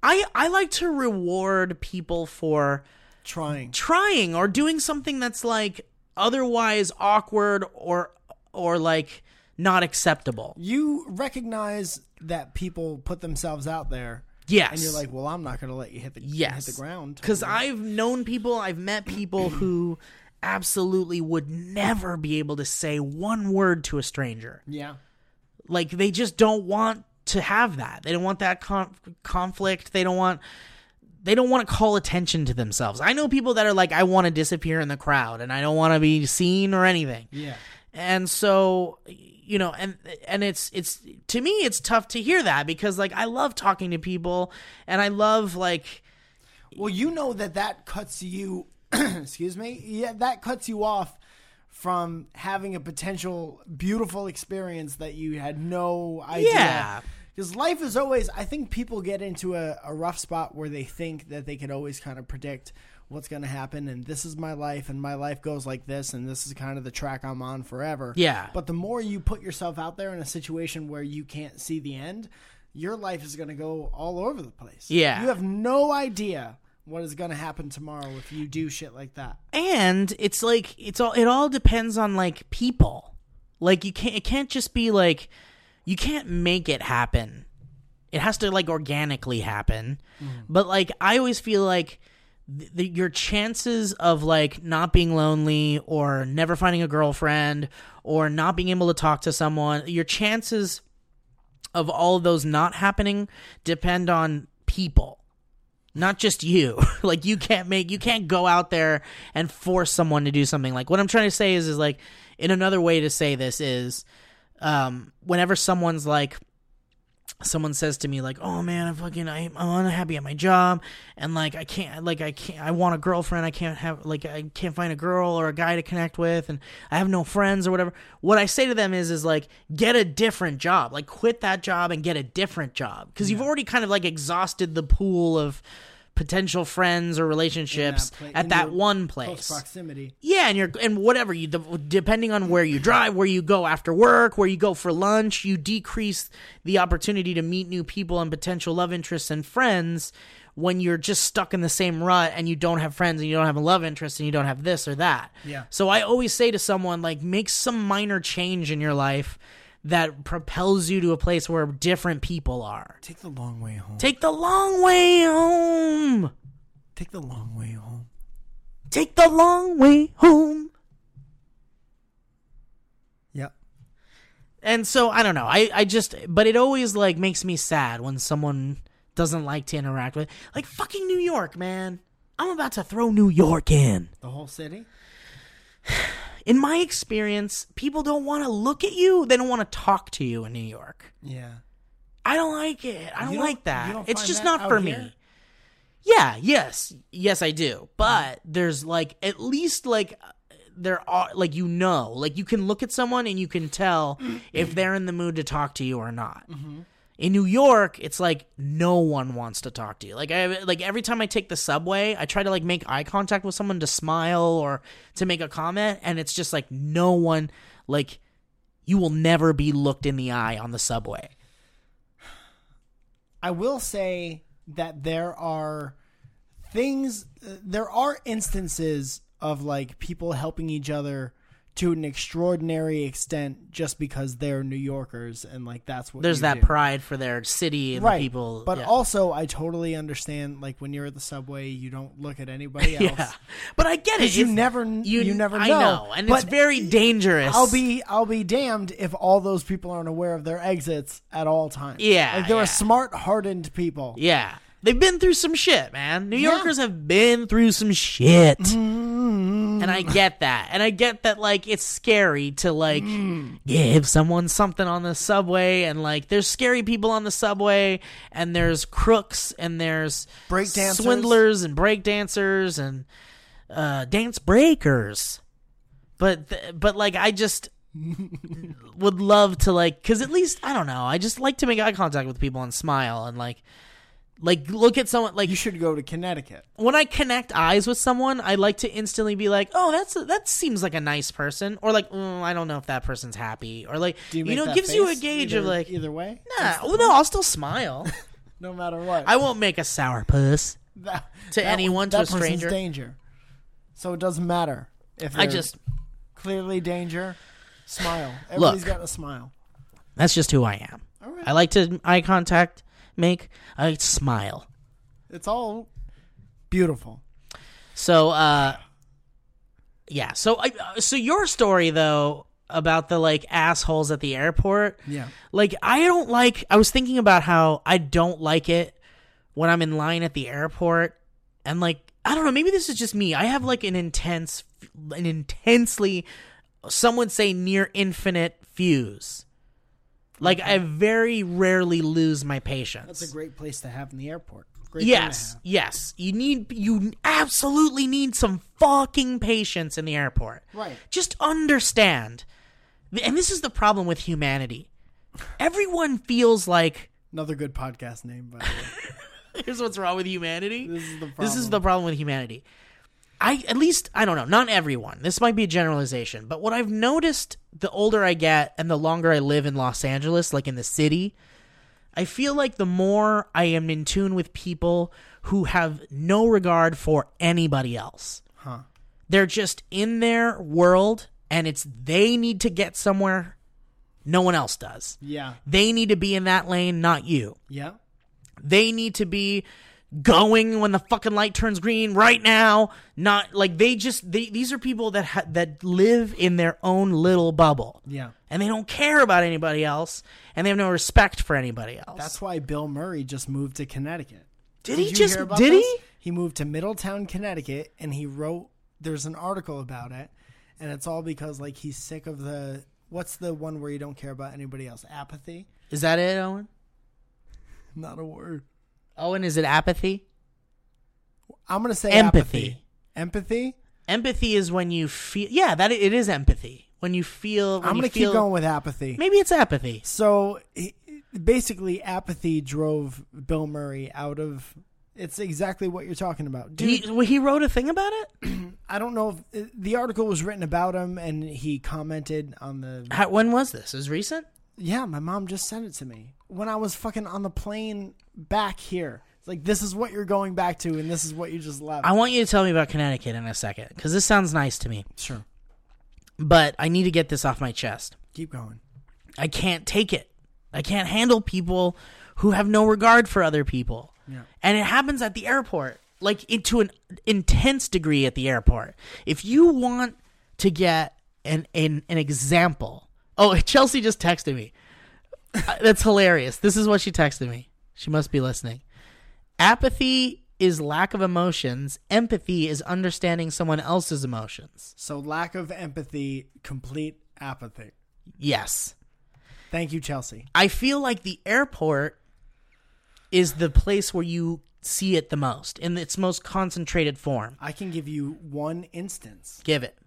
I, I like to reward people for Trying. trying or doing something that's like otherwise awkward or or like not acceptable. You recognize that people put themselves out there. Yes. And you're like, well, I'm not going to let you hit the, yes. hit the ground. Cuz I've known people, I've met <clears throat> people who absolutely would never be able to say one word to a stranger. Yeah. Like they just don't want to have that. They don't want that con- conflict. They don't want they don't want to call attention to themselves. I know people that are like I want to disappear in the crowd and I don't want to be seen or anything. Yeah. and so you know and and it's it's to me it's tough to hear that because like i love talking to people and i love like Well, you know that that cuts you, <clears throat> excuse me, yeah, that cuts you off from having a potential beautiful experience that you had no idea. Yeah. Because life is always, I think people get into a, a rough spot where they think that they could always kind of predict what's going to happen and this is my life and my life goes like this and this is kind of the track I'm on forever. Yeah. But the more you put yourself out there in a situation where you can't see the end, your life is going to go all over the place. Yeah. You have no idea what is going to happen tomorrow if you do shit like that. and it's like it's all it all depends on like people like you can't it can't just be like you can't make it happen it has to like organically happen but like i always feel like th- the, your chances of like not being lonely or never finding a girlfriend or not being able to talk to someone your chances of all of those not happening depend on people not just you <laughs> like you can't make you can't go out there and force someone to do something like what i'm trying to say is is like in another way to say this is um whenever someone's like someone says to me like oh man i'm fucking I, i'm unhappy at my job and like i can't like i can't i want a girlfriend i can't have like i can't find a girl or a guy to connect with and i have no friends or whatever what i say to them is is like get a different job like quit that job and get a different job because you've already kind of like exhausted the pool of potential friends or relationships pla- in at that your one Close place. proximity. Yeah, and you're and whatever you depending on where you drive, where you go after work, where you go for lunch, you decrease the opportunity to meet new people and potential love interests and friends when you're just stuck in the same rut and you don't have friends and you don't have a love interest and you don't have this or that. Yeah. So I always say to someone like make some minor change in your life that propels you to a place where different people are. Take the long way home. Take the long way home. Take the long way home. Take the long way home. Yep. and so I don't know. I I just but it always like makes me sad when someone doesn't like to interact with like fucking New York, man. I'm about to throw New York in. The whole city. In my experience, people don't want to look at you. They don't want to talk to you in New York. Yeah. I don't like it. I don't, don't- like you that. don't It's find just that not for out me. here? Yeah, yes. Yes, I do. But there's like at least like there are like you know, like you can look at someone and you can <clears throat> tell if they're in the mood to talk to you or not. In New York, it's like no one wants to talk to you. Like I like every time I take the subway, I try to like make eye contact with someone to smile or to make a comment and it's just like no one like you will never be looked in the eye on the subway. I will say that there are things, uh, there are instances of like people helping each other to an extraordinary extent just because they're New Yorkers and like that's what there's you that do. pride for their city and right the people. but yeah. also I totally understand like when you're at the subway you don't look <laughs> at anybody else <laughs> yeah. But I get it. you It's- never you never I know. know, and it's But very dangerous. I'll be I'll be damned if all those people aren't aware of their exits at all times Yeah, like there yeah. are smart hardened people Yeah, they've been through some shit, man. New Yeah. Yorkers have been through some shit, Mm-hmm. and I get that, and I get that. Like, it's scary to like Mm. give someone something on the subway, and like, there's scary people on the subway, and there's crooks, and there's Breakdancers. swindlers, and breakdancers, and uh, dance breakers. But th- but like, I <laughs> just would love to like because at least i don't know i just like to make eye contact with people and smile and like like look at someone like you should go to Connecticut. when i connect eyes with someone i like to instantly be like oh that's a, that seems like a nice person or like mm, i don't know if that person's happy or like Do you, make know that gives you a face gauge either- of like either way, nah well, no i'll still <laughs> smile no matter what. i won't make a sour puss That- to that- anyone, to that a person's stranger. danger. So it doesn't matter if i they're just clearly danger. Smile. Everybody's got a smile. that's just who i am i like to eye contact make i smile It's all beautiful. So, uh, yeah. So, I, uh, so your story though about the like assholes at the airport. Yeah. Like, I don't like. I was thinking about how I don't like it when I'm in line at the airport, and like, I don't know. Maybe this is just me. I have like an intense, an intensely, some would say near infinite fuse. Like, I very rarely lose my patience. That's a great place to have in the airport. Great thing to Yes, have. yes. You need you absolutely need some fucking patience in the airport. Right. Just understand. And this is the problem with humanity. Everyone feels like Another good podcast name, by <laughs> the way. here's what's wrong with humanity. This is the problem. This is the problem with humanity. I at least I don't know, not everyone. This might be a generalization, but what I've noticed the older I get and the longer I live in Los Angeles, like in the city, I feel like the more I am in tune with people who have no regard for anybody else. Huh. They're just in their world and it's they need to get somewhere. No one else does. Yeah. They need to be in that lane, not you. Yeah. They need to be going when the fucking light turns green right now. Not like they just they, these are people that ha- that live in their own little bubble. Yeah. And they don't care about anybody else and they have no respect for anybody else. That's why Bill Murray just moved to Connecticut. did, Did he you just hear about did this? he? He moved to Middletown, Connecticut, and he wrote. There's an article about it, and it's all because like he's sick of the. What's the one where you don't care about anybody else? Apathy. Is that it, Owen? Not a word. Owen, is it apathy? I'm gonna say Empathy. Empathy. Empathy is when you feel Yeah, that i- it is empathy. When you feel when I'm you gonna feel- keep going with apathy. Maybe it's apathy. So he, basically, apathy drove Bill Murray out of It's exactly what you're talking about. Dude, He, well, he wrote a thing about it. I don't know if the article was written about him and he commented on the How, when was this? Is recent? Yeah, my mom just sent it to me when I was fucking on the plane back here. It's like this is what you're going back to and this is what you just left. I want you to tell me about Connecticut in a second because this sounds nice to me. sure. But I need to get this off my chest. Keep going. I can't take it. I can't handle people who have no regard for other people. Yeah. And it happens at the airport, like it, to an intense degree at the airport. If you want to get an an, an example, oh, <laughs> Chelsea just texted me. Uh, That's hilarious. This is what she texted me. She must be listening. Apathy is lack of emotions. Empathy is understanding someone else's emotions. So lack of empathy, complete apathy. Yes. Thank you, Chelsea. I feel like the airport is the place where you see it the most in its most concentrated form. I can give you one instance. Give it.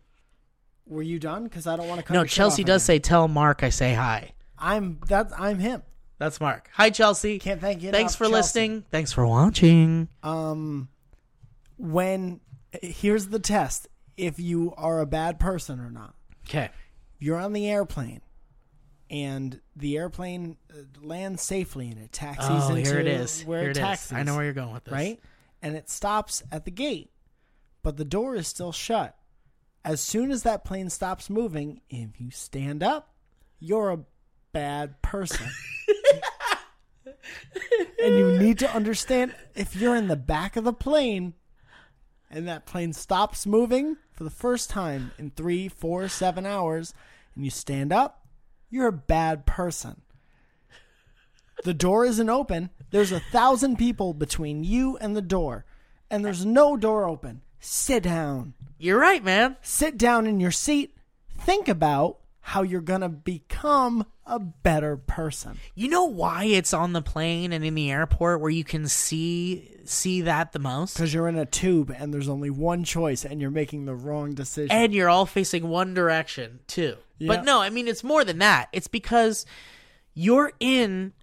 Were you done? Because I don't want to cut. No, your shit Chelsea off does again. say, "Tell Mark I say hi." I'm that. I'm him. That's Mark. Hi, Chelsea. Can't thank you. Thanks enough, for Chelsea. listening. Thanks for watching. Um, when here's the test: if you are a bad person or not. Okay. you're on the airplane and the airplane uh, lands safely and it taxis Oh, into here it is. where here it it is. taxis I know where you're going with this. right and it stops at the gate but the door is still shut as soon as that plane stops moving if you stand up you're a bad person and you need to understand if you're in the back of the plane and that plane stops moving for the first time in three, four, seven hours, and you stand up, you're a bad person. The door isn't open. There's a thousand people between you and the door, and there's no door open. Sit down. You're right, man. Sit down in your seat. Think about how you're going to become a better person. You know why it's on the plane and in the airport where you can see see that the most? Because you're in a tube and there's only one choice, and you're making the wrong decision. and you're all facing one direction too. Yeah. But no, I mean it's more than that. It's because you're in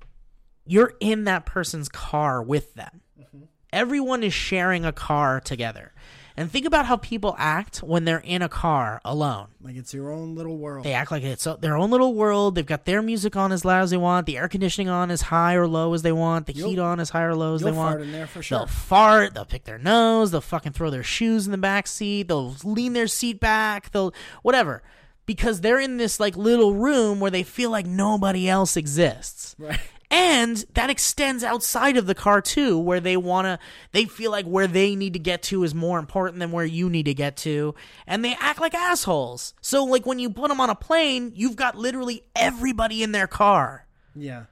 you're in that person's car with them. Mm-hmm. Everyone is sharing a car together. And think about how people act when they're in a car alone. like it's your own little world. They act like it's their own little world. They've got their music on as loud as they want, the air conditioning on as high or low as they want, the You'll- heat on as high or low as you'll they want. fart in there for sure. They'll fart. They'll pick their nose. They'll fucking throw their shoes in the back seat. They'll lean their seat back. They'll whatever because they're in this like little room where they feel like nobody else exists. Right. And that extends outside of the car too, where they wanna, they feel like where they need to get to is more important than where you need to get to, and they act like assholes. So like when you put them on a plane, you've got literally everybody in their car. Yeah.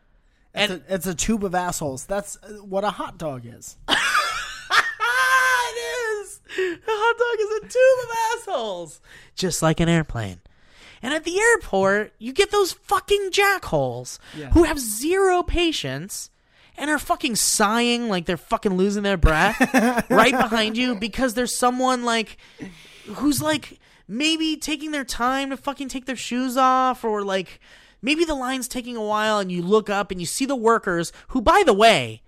It's, And- a, it's a tube of assholes. That's uh, what a hot dog is. Ah, it is. A hot dog is a tube of assholes, just like an airplane. And at the airport, you get those fucking jackholes Yeah. who have zero patience and are fucking sighing like they're fucking losing their breath right behind you because there's someone like who's like maybe taking their time to fucking take their shoes off or like maybe the line's taking a while and you look up and you see the workers who by the way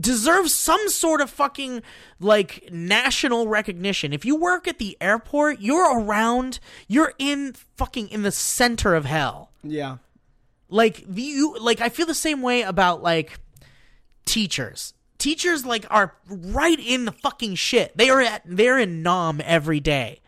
deserve some sort of fucking like national recognition. If you work at the airport, you're around, you're in fucking in the center of hell. Yeah. Like the- you like I feel the same way about like teachers. Teachers like are right in the fucking shit. They are at they're in nom every day.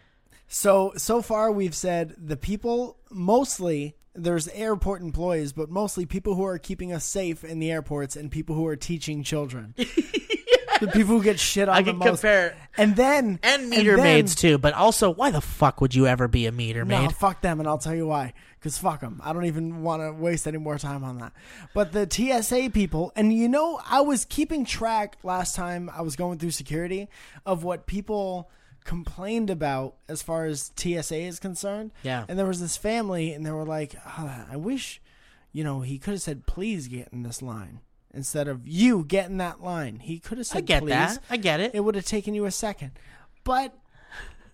So so far we've said the people mostly there's airport employees, but mostly people who are keeping us safe in the airports and people who are <laughs> teaching children. The people who get shit on I the can most. compare- and then And meter then- maids too, but also why the fuck would you ever be a meter No, maid? fuck them, and I'll tell you why. Because fuck them. I don't even want to waste any more time on that. But the TSA people, and you know, I was keeping track last time I was going through security of what people complained about as far as TSA is concerned. Yeah. And there was this family, and they were like, "Ah, I wish, you know, he could have said, please get in this line. Instead of you get in that line, he could have said, I get please. that. I get it. It would have taken you a second. But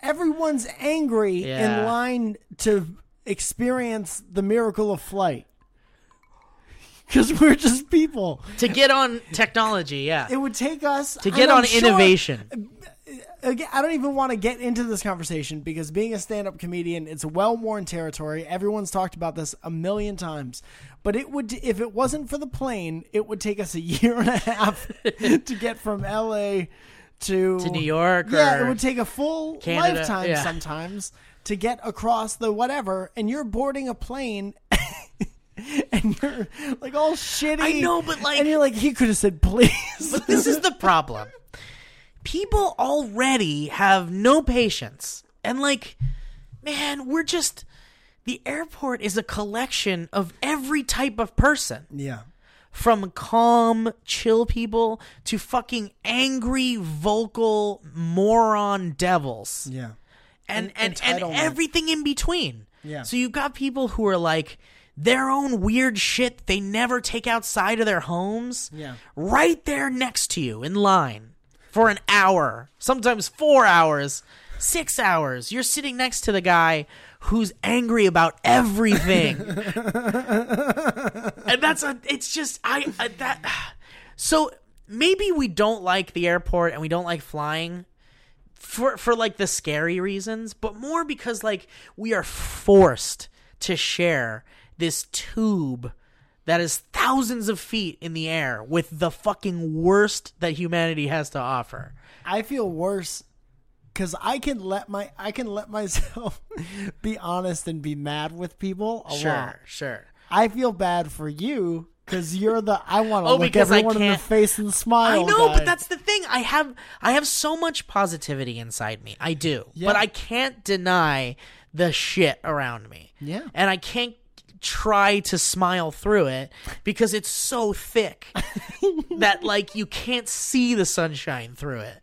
everyone's angry in Yeah. <laughs> line to experience the miracle of flight. because we're just people. to get on technology, yeah. It would take us to get and I'm on sure- innovation. again, I don't even want to get into this conversation because being a stand-up comedian, it's well-worn territory. Everyone's talked about this a million times. But it would if it wasn't for the plane, it would take us a <laughs> year and a half to get from LA to To New York Yeah, or it would take a full Canada, lifetime yeah. sometimes to get across the whatever and you're boarding a plane <laughs> and you're like all shitty. I know, but, like- and you're like he could have said please. But this is the problem. People already have no patience. And like, man, we're just the airport is a collection of every type of person. yeah. from calm, chill people to fucking angry, vocal, moron devils. Yeah. And En- and, and entitlement. everything in between. Yeah. So you've got people who are like their own weird shit they never take outside of their homes. Yeah. Right there next to you in line for an hour, sometimes four hours, six hours. You're sitting next to the guy who's angry about <laughs> everything. and that's a, it's just I uh, that <sighs> so maybe we don't like the airport and we don't like flying for for like the scary reasons, but more because like we are forced to share this tube that is thousands of feet in the air with the fucking worst that humanity has to offer. I feel worse because I can let my I can let myself <laughs> be honest and be mad with people a lot. Sure, sure. I feel bad for you because you're the I want to Oh, look because I everyone in the can't- face and smile. I know, guy. but that's the thing. I have I have so much positivity inside me. I do. Yeah. But I can't deny the shit around me. Yeah. And I can't try to smile through it because it's so <laughs> thick that like you can't see the sunshine through it.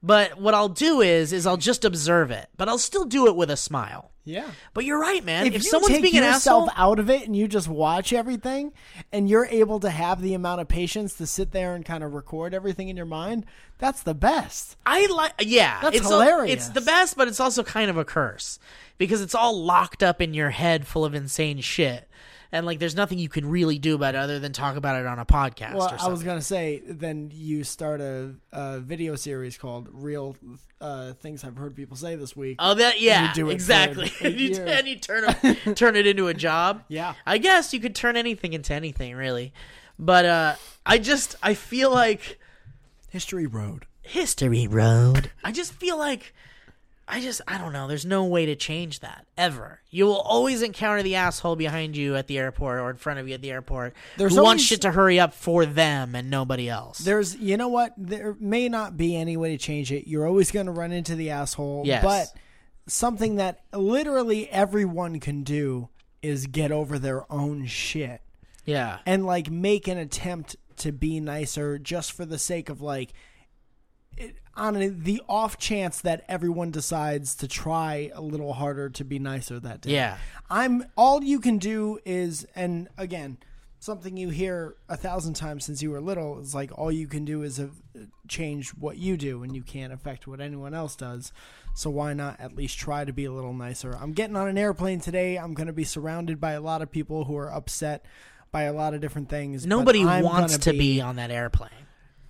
But what I'll do is is I'll just observe it, but I'll still do it with a smile. yeah. But you're right, man. If, you someone's take being an yourself asshole, out of it and you just watch everything, and you're able to have the amount of patience to sit there and kind of record everything in your mind, that's the best. I like, yeah, That's it's al- hilarious. it's the best, but it's also kind of a curse because it's all locked up in your head, full of insane shit, and like there's nothing you can really do about it other than talk about it on a podcast Well, or I was something. gonna say, then you start a, a video series called "Real uh, Things I've Heard People Say This Week." Oh, that yeah, do it for exactly. a and, <laughs> you, year. and you turn <laughs> it, turn it into a job. Yeah. I guess you could turn anything into anything, really. But uh, I just I feel like History Road. history road. I just feel like I just I don't know. There's no way to change that ever. You will always encounter the asshole behind you at the airport or in front of you at the airport There's who wants always- shit to hurry up for them and nobody else. There's, you know what? There may not be any way to change it. You're always going to run into the asshole. Yes. But something that literally everyone can do is get over their own shit yeah. and like make an attempt to be nicer just for the sake of like it, on a, the off chance that everyone decides to try a little harder to be nicer that day. Yeah. I'm all you can do is, and again, something you hear a thousand times since you were little is like all you can do is uh, change what you do, and you can't affect what anyone else does. So why not at least try to be a little nicer? I'm getting on an airplane today. I'm going to be surrounded by a lot of people who are upset by a lot of different things. but Nobody I'm wants gonna to be on that airplane.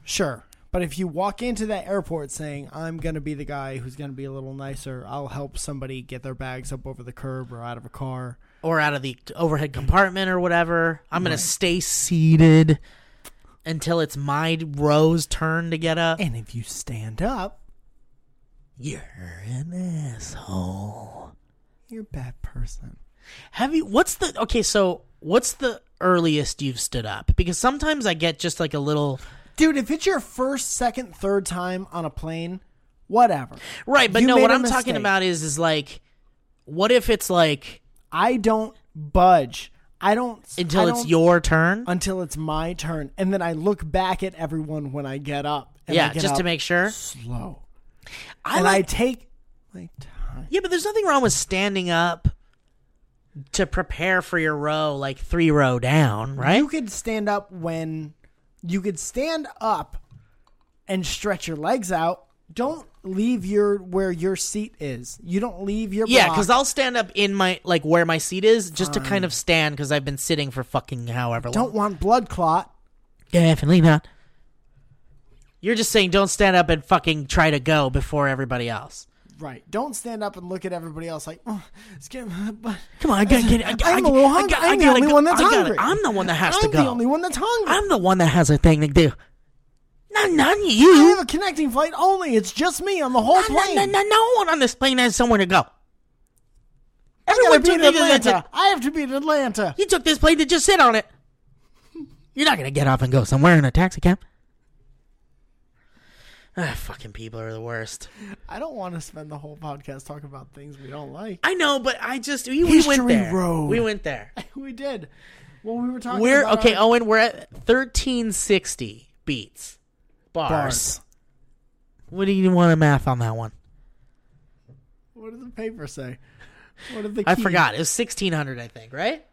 Sure. But if you walk into that airport saying, I'm going to be the guy who's going to be a little nicer, I'll help somebody get their bags up over the curb or out of a car. or out of the overhead compartment or whatever. I'm gonna stay seated until it's my row's turn to get up. And if you stand up, You're an asshole. you're a bad person. Have you? What's the okay? So what's the earliest you've stood up? Because sometimes I get just like a little Dude, if it's your first, second, third time on a plane, whatever. right, but You no. made What a I'm talking mistake. about is is like, what if it's like I don't budge. I don't until I it's don't- your turn? until it's my turn, and then I look back at everyone when I get up. And Yeah, I get just to up make sure. slow, I and like I take my time. Yeah, but there's nothing wrong with standing up to prepare for your row, like three row down, right? You could stand up when you could stand up and stretch your legs out. Don't leave your where your seat is. You don't leave your Yeah, block. because I'll stand up in my like where my seat is just to kind of stand because I've been sitting for fucking however long. don't want blood clot. Definitely not. You're just saying don't stand up and fucking try to go before everybody else. Right. Don't stand up and look at everybody else like, oh, it's getting, but Come on, I gotta get. I, I, I'm a little hungry. I, I, I'm the gotta only go- one that's I gotta- hungry. I'm the one that has to I'm go. the only one that's hungry. I'm the one that has a thing to do. Not not I you. have a connecting flight only. It's just me on the whole Not, not, plane. not- not- no one on this plane has somewhere to go. I gotta Everyone be took in it as Atlanta. a- I have to be in Atlanta. You took this plane to just sit on it. You're not gonna get off and go somewhere in a taxi cab. Ah, fucking people are the worst. I don't want to spend the whole podcast talking about things we don't like. I know, but I just we, we History went there. road. We went there. <laughs> We did. Well, we were talking We're about okay, our Owen. We're at thirteen sixty beats oh, bars. bars. What do you want to math on that one? What did the paper say? What did the I key- forgot. It was sixteen hundred, I think. Right,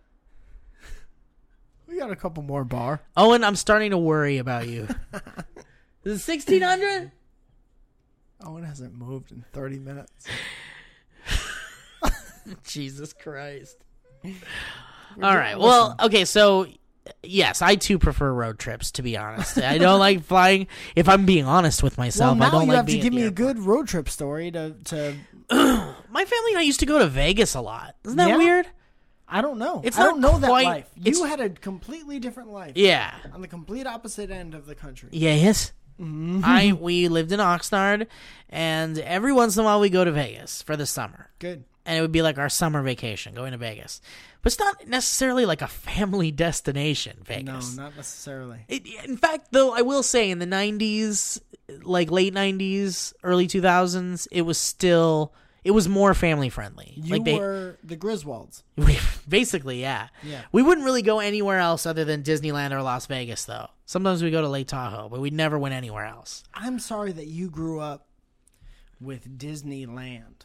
We got a couple more bar. Owen. I'm starting to worry about <laughs> you. Is it sixteen hundred? <laughs> Owen Oh, hasn't moved in 30 minutes. Jesus Christ! We're All doing- right. Well, okay. So, yes, I too prefer road trips. To be honest, I <laughs> don't like flying. If I'm being honest with well, myself, now I don't you like have to being. at give the me a airport. good road trip story to, to My family and I used to go to Vegas a lot. Isn't that Yeah. weird? I don't know. It's I don't not know quite- that life. it's- You had a completely different life. Yeah. On the complete opposite end of the country. Yes. Mm-hmm. I we lived in Oxnard, and every once in a while we go to Vegas for the summer, Good. and it would be like our summer vacation going to Vegas. But it's not necessarily like a family <laughs> destination. No, Vegas. not necessarily. It, in fact, though, I will say in the '90s, like late '90s, early 2000s, it was still it was more family friendly. You like they were the Griswolds. we, <laughs> basically, yeah. Yeah. We wouldn't really go anywhere else other than Disneyland or Las Vegas, though. Sometimes we go to Lake Tahoe, but we never went anywhere else. I'm sorry that you grew up with Disneyland.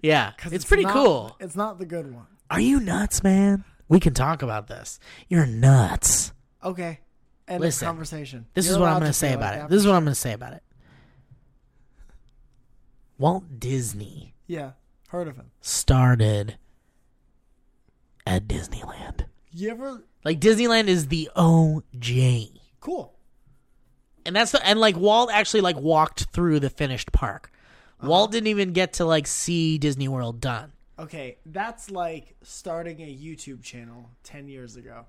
Yeah, 'Cause it's, pretty not- cool. It's not the good one. Are you nuts, man? We can talk about this. You're nuts. Okay. End Listen, of conversation. This You're is what I'm allowed going to to say feel about like it. that. This is what I'm going to say about it. Walt Disney Yeah. Heard of him. started at Disneyland. You ever Like Disneyland is the OG. cool. and that's the and like Walt actually like walked through the finished park. Uh-huh. Walt didn't even get to like see Disney World done. Okay, that's like starting a YouTube channel 10 years ago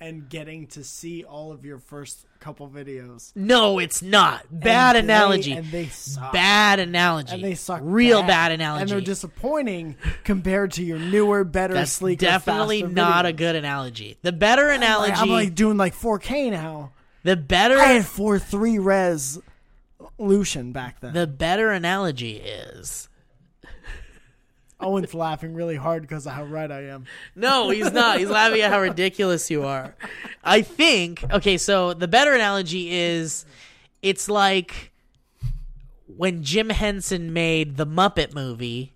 and getting to see all of your first couple videos. No, it's not. Bad And they- analogy. and they suck. Bad analogy. And they suck. Real bad, analogy. And they're disappointing compared to your newer, better, that's sleeker, definitely faster not a videos. good analogy. The better analogy, Like, I'm like doing like 4K now. the better I had four three res Lucian back then. the better analogy is. Owen's laughing really hard because of how right I am. No, he's not. He's laughing at how ridiculous you are. I think. Okay, so the better analogy is it's like when Jim Henson made the Muppet movie,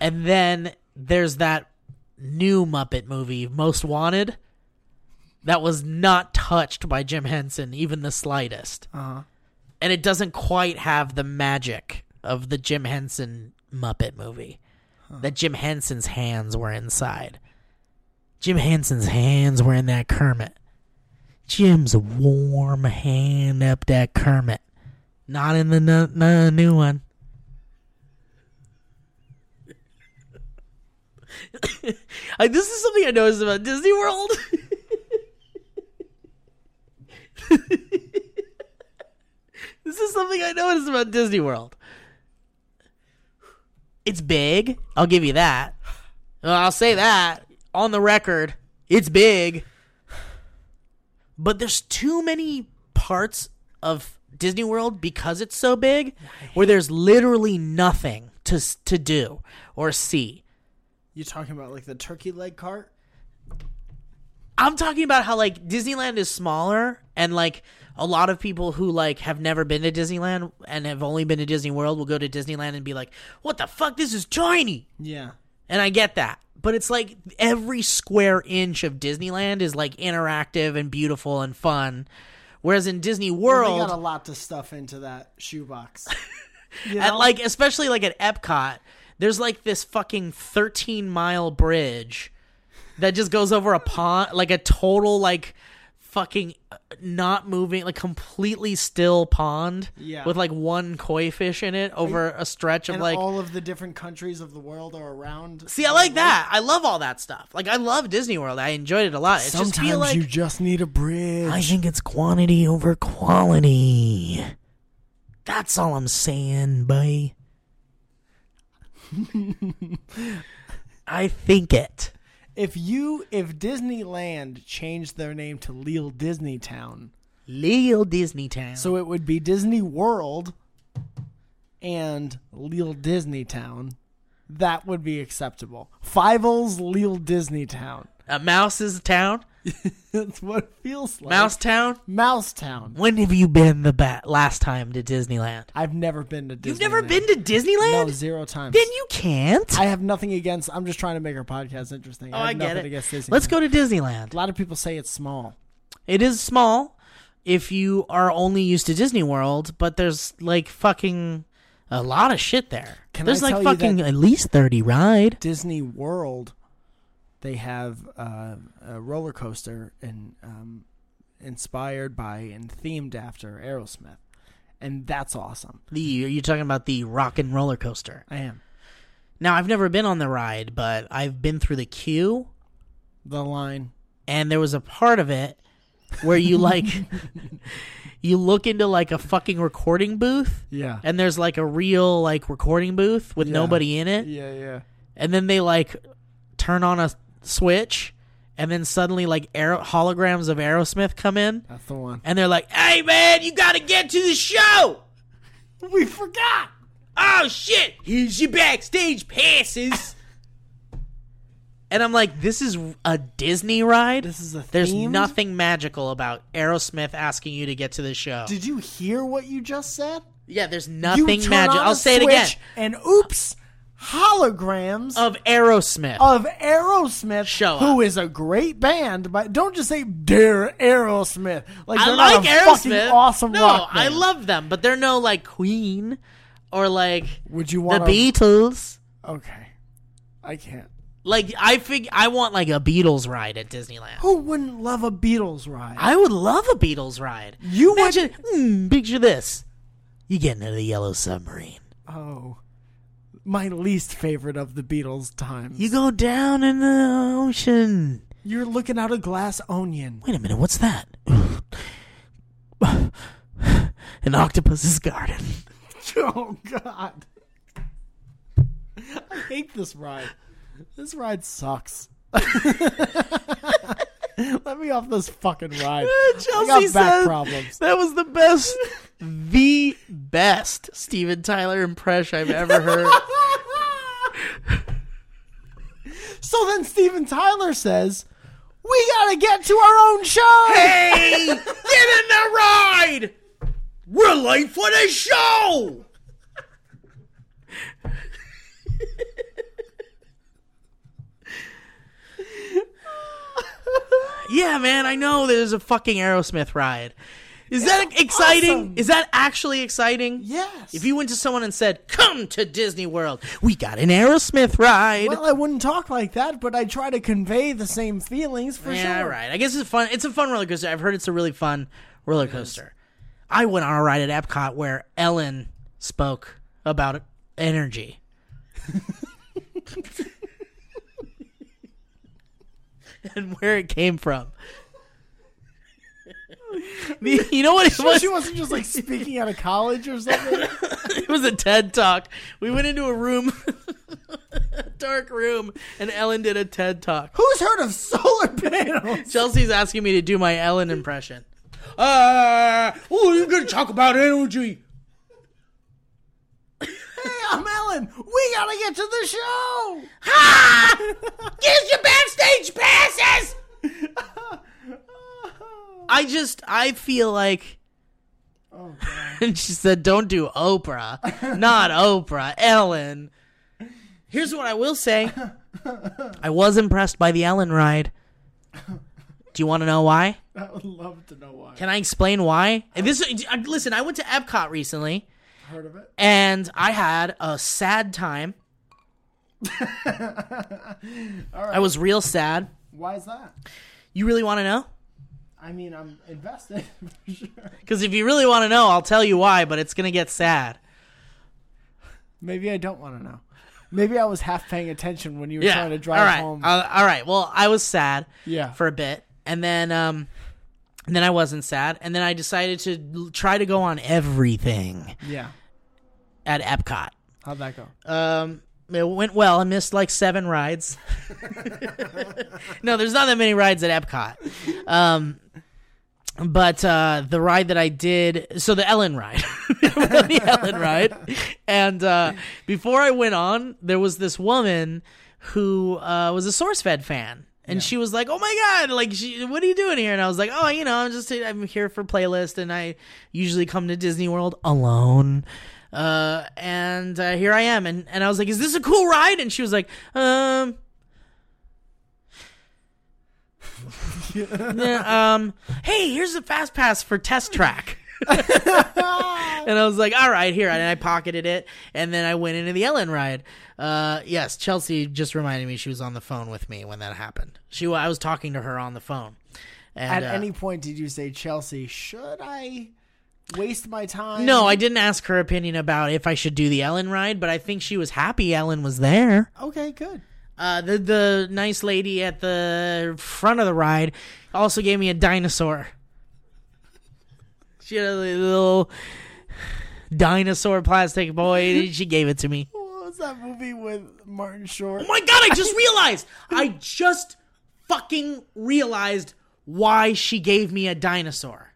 and then there's that new Muppet movie, Most Wanted, that was not touched by Jim Henson, even the slightest. Uh-huh. And it doesn't quite have the magic of the Jim Henson Muppet movie that Jim Henson's hands were inside. Jim Henson's hands were in that Kermit. Jim's warm hand up that Kermit. Not in the nu- nu- new one. <laughs> I, this is something I noticed about Disney World. <laughs> this is something I noticed about Disney World. It's big. I'll give you that. Uh, I'll say that on the record. It's big. But there's too many parts of Disney World because it's so big where there's literally nothing to s- to do or see. You're talking about like the turkey leg cart? I'm talking about how like Disneyland is smaller and like a lot of people who like have never been to Disneyland and have only been to Disney World will go to Disneyland and be like, "What the fuck? This is tiny." Yeah. And I get that. But it's like every square inch of Disneyland is like interactive and beautiful and fun. Whereas in Disney Well, World, they got a lot to stuff into that <laughs> shoebox. You at know? like especially like at Epcot, there's like this fucking 13 mile bridge that just goes over a pond, like a total like fucking uh, not moving, like completely still pond Yeah. with like one koi fish in it over a stretch of and like. all of the different countries of the world are around. See, I like that. I love all that stuff. Like, I love Disney World. I enjoyed it a lot. It's just feel like just need a bridge. I think it's quantity over quality. That's all I'm saying, boy. I think it. if you if Disneyland changed their name to Lille Disney Town, Lil Disney Town. so it would be Disney World and Lille Disney Town, that would be acceptable. Fivel's Lille Disney Town. <laughs> a mouse's town? That's what it feels like. Mouse town? Mouse Town. When have you been the ba- last time to Disneyland? I've never been to Disneyland. You've never been to Disneyland? No, zero times. Then you can't. I have nothing against. I'm just trying to make our podcast interesting. oh, I have I get nothing it. against Disney. Let's go to Disneyland. A lot of people say it's small. It is small if you are only used to Disney World, but there's like fucking a lot of shit there. Can there's I like tell you fucking that- at least 30 ride. Disney World, they have uh, a roller coaster and um, inspired by and themed after Aerosmith, and that's awesome. The are you talking about the rock and roller coaster? I am Now I've never been on the ride, but I've been through the queue the line. and there was a part of it where you like <laughs> you look into like a fucking recording booth Yeah. and there's like a real like recording booth with Yeah. nobody in it. Yeah, yeah. and then they like turn on a switch and then suddenly like aer- holograms of aerosmith come in That's the one. and they're like hey man you gotta get to the show <laughs> We forgot. oh shit here's your backstage passes <laughs> and i'm like this is a disney ride This is a there's themed- nothing magical about aerosmith asking you to get to the show Did you hear what you just said? yeah there's You nothing turn magical on i'll a say it again switch And oops, holograms. of aerosmith of Aerosmith, Oh. Show who up. is a great band, but don't just say "Dear Aerosmith." Like I they're like not a fucking Aerosmith. awesome no, rock I band. love them, but they're no like Queen or like Would you the want Beatles. Okay, I can't. Like I fig I want like a Beatles ride at Disneyland. Who wouldn't love a Beatles ride? I would love a Beatles ride. You would- imagine? Mm, picture this: you get into the Yellow Submarine. oh, my least favorite of the Beatles times. You go down in the ocean. You're looking out a glass onion. Wait a minute, what's that? <sighs> An octopus's garden. <laughs> Oh God, I hate this ride. This ride sucks. <laughs> Let me off this fucking ride. Chelsea I got back said problems. That was the best, the best Steven Tyler impression I've ever heard. So then Steven Tyler says, We gotta get to our own show! hey, get in the ride! <laughs> We're late for the show! yeah, man, I know there's a fucking Aerosmith ride. Is that exciting? awesome. Is that actually exciting? Yes. If you went to someone and said, "Come to Disney World, we got an Aerosmith ride." Well, I wouldn't talk like that, but I try to convey the same feelings for yeah, sure. right. I guess it's fun. It's a fun roller coaster. I've heard it's a really fun roller coaster. I went on a ride at Epcot where Ellen spoke about energy. <laughs> and where it came from. The- you know what <laughs> it was? She wasn't just like speaking out of college or something. it was a TED talk. We went into a room, <laughs> a dark room, and Ellen did a TED <laughs> talk. <laughs> Who's heard of solar panels? <laughs> Chelsea's asking me to do my Ellen impression. <laughs> Uh, oh, you're gonna talk about energy. Hey, I'm Ellen. We gotta get to the show. Get your backstage passes. I just, I feel like. <laughs> and she said, "Don't do Oprah, not Oprah, Ellen." Here's what I will say: I was impressed by the Ellen ride. Do you want to know why? <laughs> I would love to know why. Can I explain why? And this I- listen, I went to Epcot recently Heard of it? and I had a sad time. I was real sad. Why is that? You really want to know? I mean, I'm invested <laughs> for sure. Cuz if you really want to know, I'll tell you why, but it's going to get sad. Maybe I don't want to know. Maybe I was half paying attention when you were Yeah. trying to drive all right. home. Uh, all right. Well, I was sad. Yeah. For a bit, and then um, and then I wasn't sad, and then I decided to l- try to go on everything yeah. at Epcot. How'd that go? Um, it went well. I missed like seven rides. <laughs> no, there's not that many rides at Epcot. Um, but uh, the ride that I did, so the Ellen ride, <laughs> the Ellen ride, and uh, before I went on, there was this woman who uh, was a SourceFed fan. And she was like, "Oh my god! Like, she, what are you doing here?" And I was like, "Oh, you know, I'm just I'm here for playlist, and I usually come to Disney World alone." Uh, and uh, here I am, and and I was like, "Is this a cool ride?" And she was like, "Um, Yeah, um, hey, here's a fast pass for test track. and I was like, all right, here. And I pocketed it. And then I went into the Ellen ride. Uh, yes, Chelsea just reminded me she was on the phone with me when that happened. She, I was talking to her on the phone. At <laughs> And, uh, any point, did you say, Chelsea, should I waste my time? no, I didn't ask her opinion about if I should do the Ellen ride, but I think she was happy Ellen was there. Okay, good. Uh, the the nice lady at the front of the ride also gave me a dinosaur. She had a little dinosaur plastic boy. and She gave it to me. Oh What was that movie with Martin Short? my god! I just <laughs> realized. I just fucking realized why she gave me a dinosaur.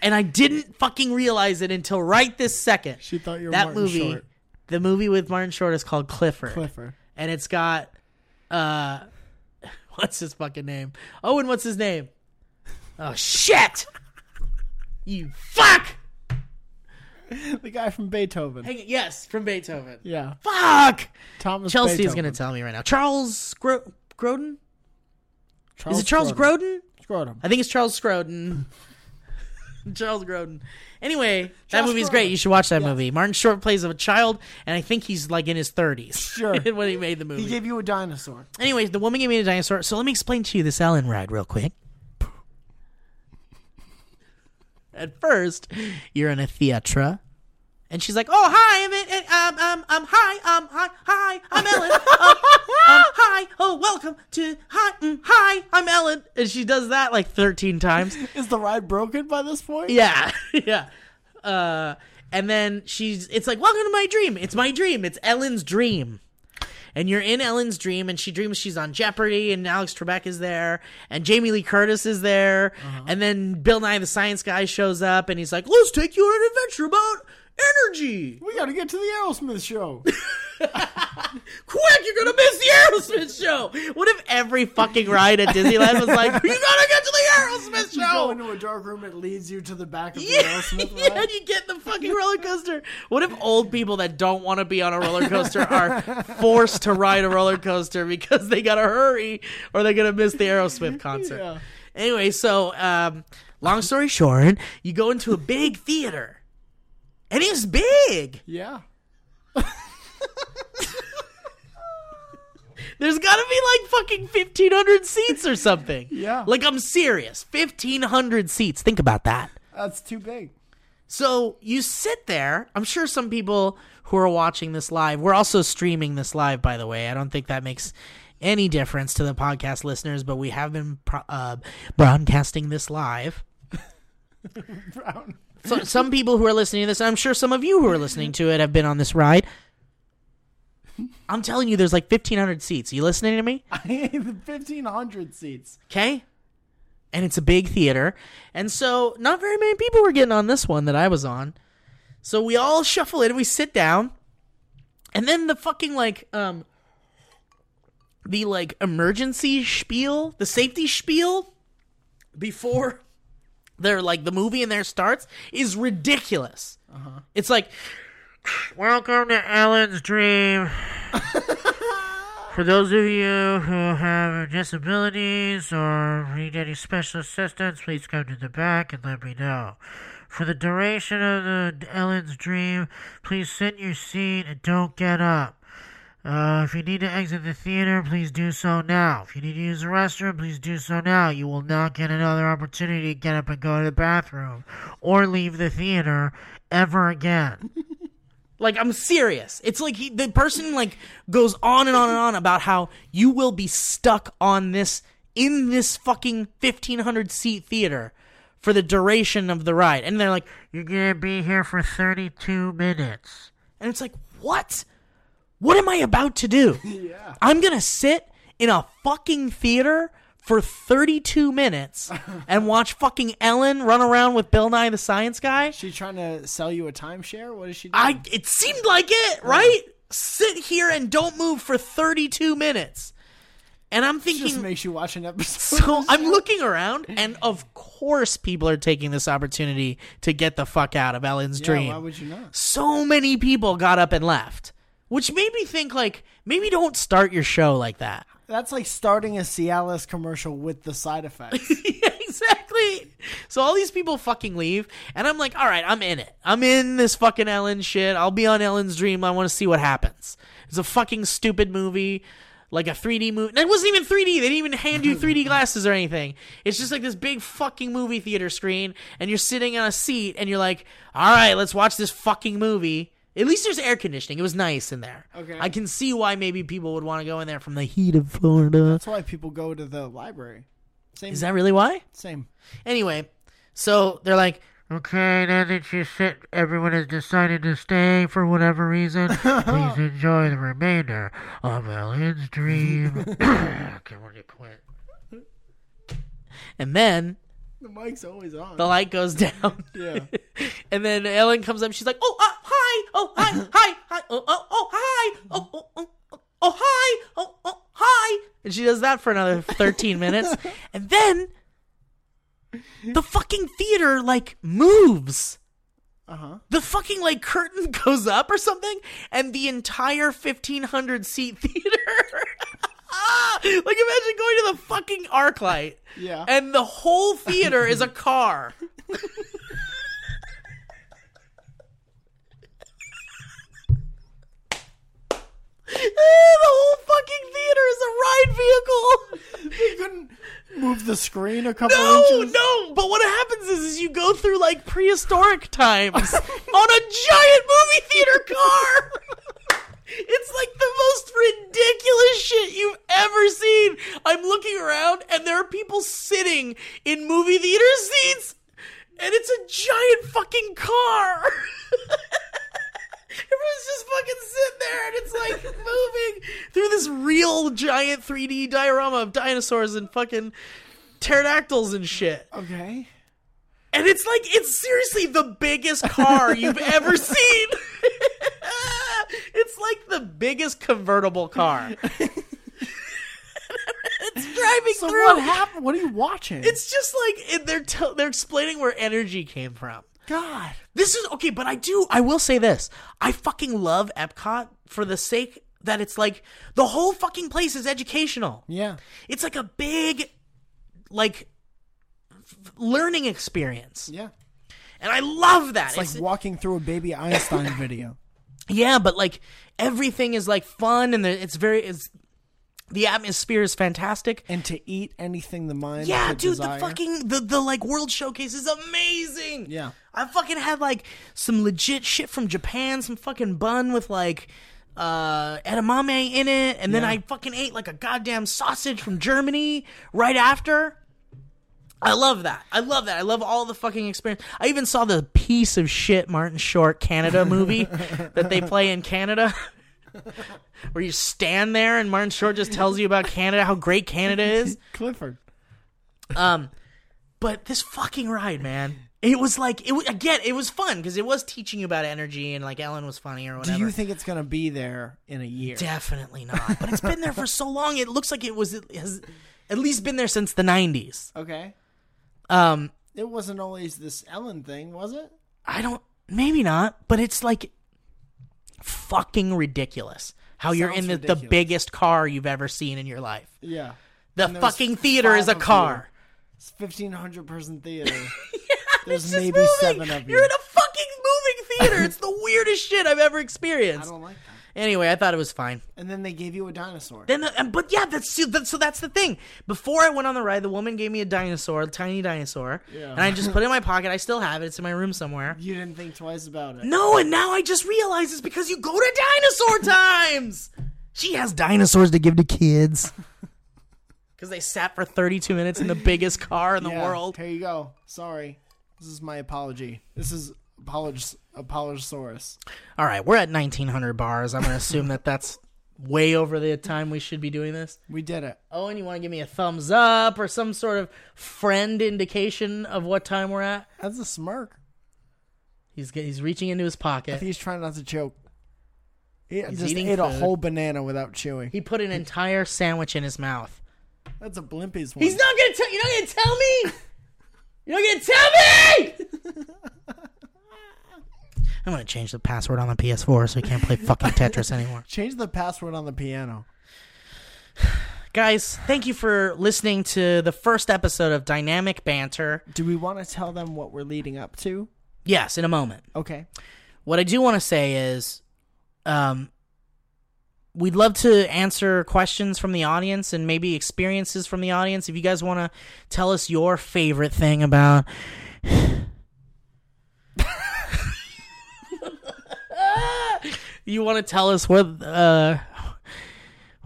And I didn't fucking realize it until right this second. She thought you were that Martin movie, Short. the movie with Martin Short is called Clifford Clifford. and it's got uh <laughs> what's his fucking name? Oh, and what's his name? Oh shit! You fuck! <laughs> The guy from Beethoven. Hang it, yes, from Beethoven. Yeah. Fuck! Thomas Chelsea's Beethoven. gonna tell me right now. Charles Gro- Grodin? Charles Is it Charles Grodin? Grodin? Scrotum. I think it's Charles Grodin. <laughs> Charles Grodin. Anyway, that Charles movie's Grodin. great. You should watch that movie. Martin Short plays a child, and I think he's like in his thirties. Sure. <laughs> when he made the movie. He gave you a dinosaur. Anyways, the woman gave me a dinosaur. So let me explain to you this Ellen ride real quick. At first, you're in a theatre. And she's like, "Oh, hi, I'm, I'm, um, um, hi, um, hi, hi, I'm Ellen. Um, um, hi, oh, welcome to, hi, mm, hi, I'm Ellen." And she does that like 13 times. Is the ride broken by this point? Yeah, <laughs> yeah. Uh, and then she's, it's like, welcome to my dream. It's my dream. It's Ellen's dream. And you're in Ellen's dream, and she dreams she's on Jeopardy, and Alex Trebek is there, and Jamie Lee Curtis is there, Uh-huh. and then Bill Nye the Science Guy shows up, and he's like, "Let's take you on an adventure about energy. We got to get to the Aerosmith <laughs> show. Quick, you're gonna miss the Aerosmith show." What if every fucking ride at Disneyland was like, "You gotta get to the Aerosmith show"? <laughs> You go into a dark room, it leads you to the back of the Yeah, <laughs> Aerosmith yeah, ride. you get the fucking roller coaster. What if old people that don't want to be on a roller coaster are forced to ride a roller coaster because they gotta hurry or they're gonna miss the Aerosmith concert? Yeah. Anyway, so um, long story short, you go into a big theater, and it's big. Yeah. There's gotta be like fucking fifteen hundred seats or something. Yeah. like I'm serious, fifteen hundred seats. Think about that. That's too big. <laughs> So you sit there. I'm sure some people who are watching this live, we're also streaming this live, by the way. I don't think that makes any difference to the podcast listeners, but we have been pro- uh, broadcasting this live. <laughs> Brown. So, some people who are listening to this, I'm sure some of you who are listening to it have been on this ride. I'm telling you, there's like 1,500 seats. You listening to me? the 1,500 seats. Okay? And it's a big theater. And so not very many people were getting on this one that I was on. So we all shuffle in, we sit down. And then the fucking like um the like emergency spiel, the safety spiel before they're like the movie and there starts is ridiculous. It's like Welcome to Ellen's dream. <laughs> For those of you who have disabilities or need any special assistance, please come to the back and let me know. For the duration of the Ellen's dream, please sit in your seat and don't get up. Uh, if you need to exit the theater, please do so now. If you need to use the restroom, please do so now. You will not get another opportunity to get up and go to the bathroom or leave the theater ever again. Like I'm serious. It's like he, the person like goes on and on and on about how you will be stuck on this in this fucking 1500 seat theater for the duration of the ride. And they're like you're going to be here for 32 minutes. And it's like what? What am I about to do? Yeah. I'm going to sit in a fucking theater for 32 minutes and watch fucking Ellen run around with Bill Nye the Science Guy? She trying to sell you a timeshare? What is she doing? I it seemed like it, right? Sit here and don't move for 32 minutes. And I'm It just thinking makes you watch an episode. <laughs> so I'm looking around and of course people are taking this opportunity to get the fuck out of Ellen's yeah, dream. Why would you not? so many people got up and left, which made me think like maybe don't start your show like that. That's like starting a Cialis commercial with the <laughs> side effects. Yeah, exactly. So all these people fucking leave, and I'm like, all right, I'm in it. I'm in this fucking Ellen shit. I'll be on Ellen's dream. I want to see what happens. It's a fucking stupid movie, like a 3D movie. And it wasn't even 3D. They didn't even hand you 3D glasses or anything. It's just like this big fucking movie theater screen, and you're sitting on a seat, and you're like, all right, let's watch this fucking movie. At least there's air conditioning. It was nice in there. Okay. I can see why maybe people would want to go in there from the heat of Florida. That's why people go to the library. Same. Is that really why? same? Anyway, so they're like, okay, now that you sit, everyone has decided to stay for whatever reason. Please enjoy the remainder of Ellen's dream. <coughs> okay, we're gonna quit. And then The mic's always on. the light goes <laughs> down. yeah. And then Ellen comes up. She's like, "Oh, uh, hi! Oh, hi! hi! Hi! Oh, oh, oh, hi! Oh, oh, oh, oh, oh, hi! Oh, oh, hi!" And she does that for another thirteen minutes, and then the fucking theater like moves. Uh huh. The fucking like curtain <laughs> goes up or something, and the entire fifteen hundred seat <laughs> theater. like imagine going to the fucking arc light Yeah. and the whole theater <laughs> is a car. <laughs> Eh, the whole fucking theater is a ride vehicle. you couldn't move the screen a couple No, inches. no. But what happens is, is you go through like prehistoric times <laughs> on a giant movie theater car. <laughs> It's like the most ridiculous shit you've ever seen. I'm looking around and there are people sitting in movie theater seats and it's a giant fucking car. <laughs> Everyone's just fucking sitting there and it's like moving through this real giant 3D diorama of dinosaurs and fucking pterodactyls and shit. Okay. And it's like it's seriously the biggest car you've <laughs> ever seen. <laughs> it's like the biggest convertible <laughs> car. it's driving So through. what happened? What are you watching? It's just like it, they're tell they're explaining where energy came from. God. This is okay, but I do. I will say this: I fucking love Epcot for the sake that it's like the whole fucking place is educational. Yeah. It's like a big, like, f- learning experience, Yeah. and I love that. It's It's- like walking through a baby Einstein <laughs> video. Yeah, but like everything is like fun and the, it's very it's the atmosphere is fantastic. And to eat anything the mind. Yeah, could dude, desire. the fucking the the like world showcase is amazing. Yeah. I fucking had like some legit shit from Japan, some fucking bun with like uh edamame in it, and then Yeah. I fucking ate like a goddamn sausage from Germany right after. I love that. I love that. I love all the fucking experience. I even saw the piece of shit Martin Short <laughs> Canada movie that they play in Canada. <laughs> Where you stand there and Martin Short just tells you about Canada, how great Canada is. Clifford. Um, but this fucking ride, man, it was like it wa- again. It was fun because it was teaching you about energy and like Ellen was funny or Do whatever. you think it's gonna be there in a year? Definitely not. But it's been there for <laughs> so long. It looks like it was it has at least been there since the '90s. Okay. Um, It wasn't always this Ellen thing, was it? I don't. Maybe not. But it's like fucking ridiculous How you're Sounds in the, the ridiculous. biggest car you've ever seen in your life. Yeah. The And there's fucking theater is a five <laughs> of car. It's fifteen hundred person theater. There's It's just maybe moving. seven of you. You're in a fucking moving theater. it's the weirdest shit I've ever <laughs> I experienced. don't like that. Anyway, I thought it was fine. And then they gave you a dinosaur. Then, the, and- but yeah, that's so, that's so that's the thing. Before I went on the ride, the woman gave me a dinosaur, a tiny dinosaur, Yeah. and I just put it in my pocket. I still have it. It's in my room somewhere. you didn't think twice about it. No, and now I just realize it's because you go to dinosaur <laughs> times. She has dinosaurs to give to kids. Because they sat for 32 minutes in the biggest car in the Yeah, world. Here you go. Sorry. This is my apology. This is apolog- apologisaurus. All right, we're at 1900 bars. I'm going to assume that that's way over the time we should be doing this. We did it. Oh, and you want to give me a thumbs up or some sort of friend indication of what time we're at? That's a smirk. He's get- he's reaching into his I think pocket. he's trying not to choke. He He's just eating ate a food. whole banana without chewing. He put an entire sandwich in his mouth. That's a Blimpies one. He's not gonna tell. You're not gonna tell me. You're not gonna tell me. <laughs> I'm gonna change the password on the PS4 so he can't play fucking Tetris anymore. Change the password on the piano. Guys, thank you for listening to the first episode of Dynamic Banter. Do we want to tell them what we're leading up to? Yes, in a moment. Okay. what I do want to say is, um, we'd love to answer questions from the audience and maybe experiences from the audience. If you guys want to tell us your favorite thing about. <laughs> you want to tell us what uh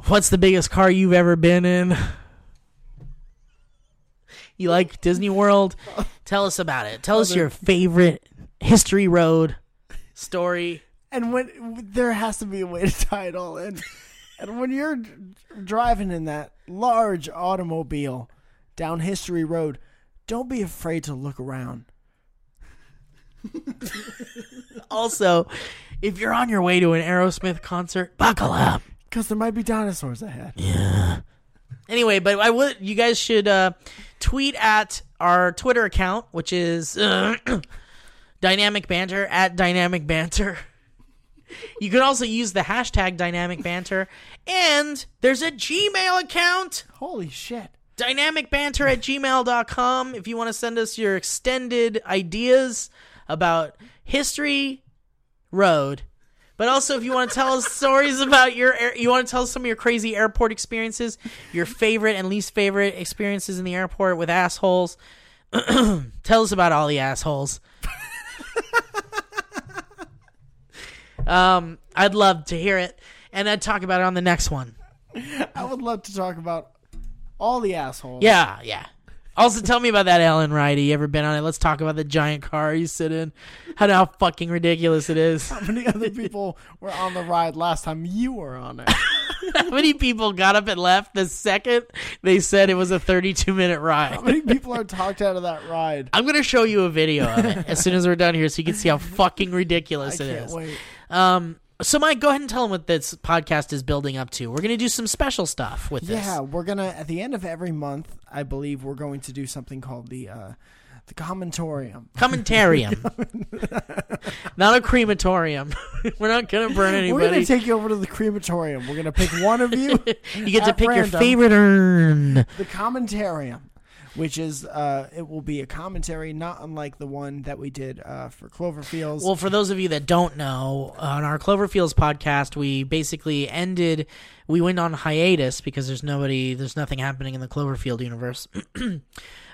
what's the biggest car you've ever been in you like disney world tell us about it tell us your favorite history road story. And when there has to be a way to tie it all in. and when you're d- driving in that large automobile down history road, don't be afraid to look around. Also, if you're on your way to an Aerosmith concert, buckle up. Because there might be dinosaurs ahead. Anyway, but I would you guys should uh, tweet at our Twitter account, which is uh, <clears throat> Dynamic Banter at Dynamic Banter. You can also use the hashtag Dynamic Banter, and there's a Gmail account. Holy shit. dynamicbanter at gmail.com if you want to send us your extended ideas about history road but also if you want to tell us stories about your air, you want to tell us some of your crazy airport experiences your favorite and least favorite experiences in the airport with assholes <clears throat> tell us about all the assholes <laughs> um i'd love to hear it and i'd talk about it on the next one I would love to talk about all the assholes. Yeah, yeah. Also, tell me about that Allen ride. You ever been on it? Let's talk about the giant car you sit in. How how fucking ridiculous it is. <laughs> How many other people were on the ride last time you were on it? How many people got up and left the second they said it was a 32 minute How ride? many people are talked out of that <laughs> ride? I'm gonna show you a video of it as soon as we're done here, so you can see how fucking I ridiculous it can't is. wait. Um, so Mike, go ahead and tell them what this podcast is building up to. We're gonna do some special stuff with this. Yeah, we're gonna at the end of every month, I believe we're going to do something called the uh, the commentorium. <laughs> Commentarium, not a crematorium. <laughs> we're not gonna burn anybody. We're gonna take you over to the crematorium. We're gonna pick one <laughs> of you. You get to at pick your random. favorite urn. The commentarium, which is uh, it will be a commentary not unlike the one that we did uh, for Cloverfields. Well, for those of you that don't know, on our Cloverfields podcast, we basically ended, we went on hiatus because there's nobody, there's nothing happening in the Cloverfield universe. <clears throat>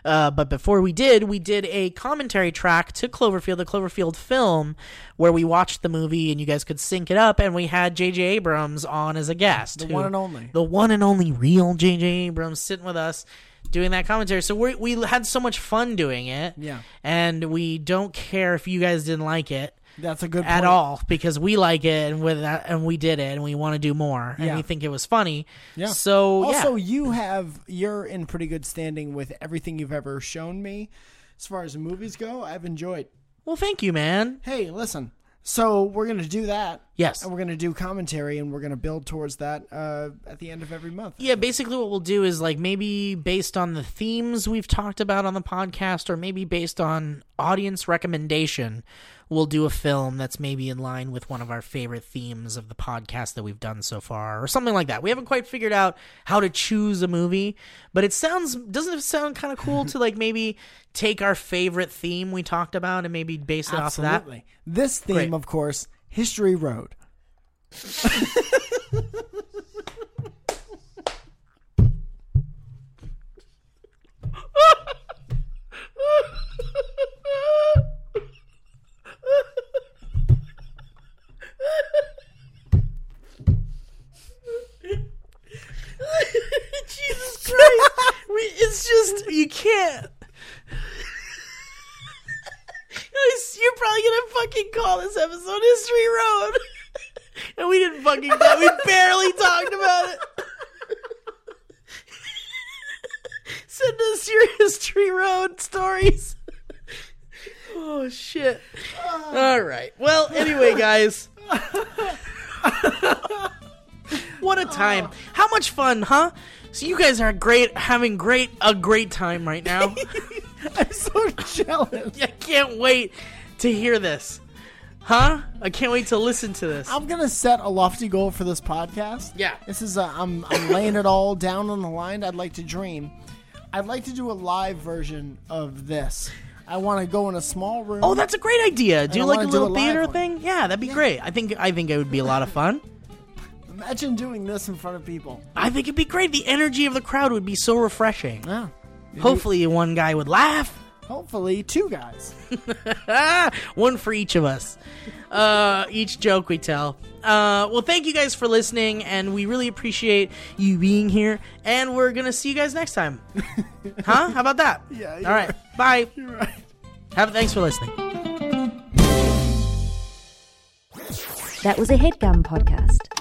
uh, but before we did, we did a commentary track to Cloverfield, the Cloverfield film, where we watched the movie and you guys could sync it up, and we had J.J. Abrams on as a guest. the who- one and only. the one and only real J.J. Abrams sitting with us doing that commentary. So we we had so much fun doing it. Yeah. And we don't care if you guys didn't like it That's a good at point. all because we like it and with that and we did it and we want to do more and Yeah. we think it was funny. Yeah. So also, yeah. you have you're in pretty good standing with everything you've ever shown me, as far as movies go. I've enjoyed. Well, thank you, man. Hey, listen. So we're gonna do that. Yes. and we're gonna do commentary, and we're gonna build towards that uh, at the end of every month. Yeah, basically what we'll do is like maybe based on the themes we've talked about on the podcast or maybe based on audience recommendation, we'll do a film that's maybe in line with one of our favorite themes of the podcast that we've done so far or something like that. We haven't quite figured out how to choose a movie, but it sounds doesn't it sound kind of cool to like maybe take our favorite theme we talked about and maybe base it off of that? Absolutely. This theme, Great. of course, <laughs> History Road. <laughs> Jesus Christ! We- it's just you can't. I s- You're probably gonna fucking call this episode "History Road," <laughs> and we didn't fucking. Talk, we barely talked about it. <laughs> Send us your history road stories. <laughs> Oh shit! All right. Well, anyway, guys. What a time! How much fun, huh? So you guys are great, having great a great time right <laughs> now. I'm so jealous. I can't wait to hear this, huh? I can't wait to listen to this. I'm gonna set a lofty goal for this podcast. Yeah. this is i am I'm I'm laying it all down on the line. I'd like to dream. I'd like to do a live version of this. I want to go in a small room. Oh, that's a great idea. Do I like a wanna do a little live theater one. thing? Yeah, that'd be great. I think I think it would be a lot of fun. Imagine doing this in front of people. I think it'd be great. The energy of the crowd would be so refreshing. Yeah. Hopefully, one guy would laugh. Hopefully, two guys. Ah, <laughs> one for each of us. Uh, each joke we tell. Uh, well, thank you guys for listening, and we really appreciate you being here. And we're gonna see you guys next <laughs> time, huh? How about that? Yeah, All <laughs> you're right. Bye. right. Have thanks for listening. That was a headgum podcast.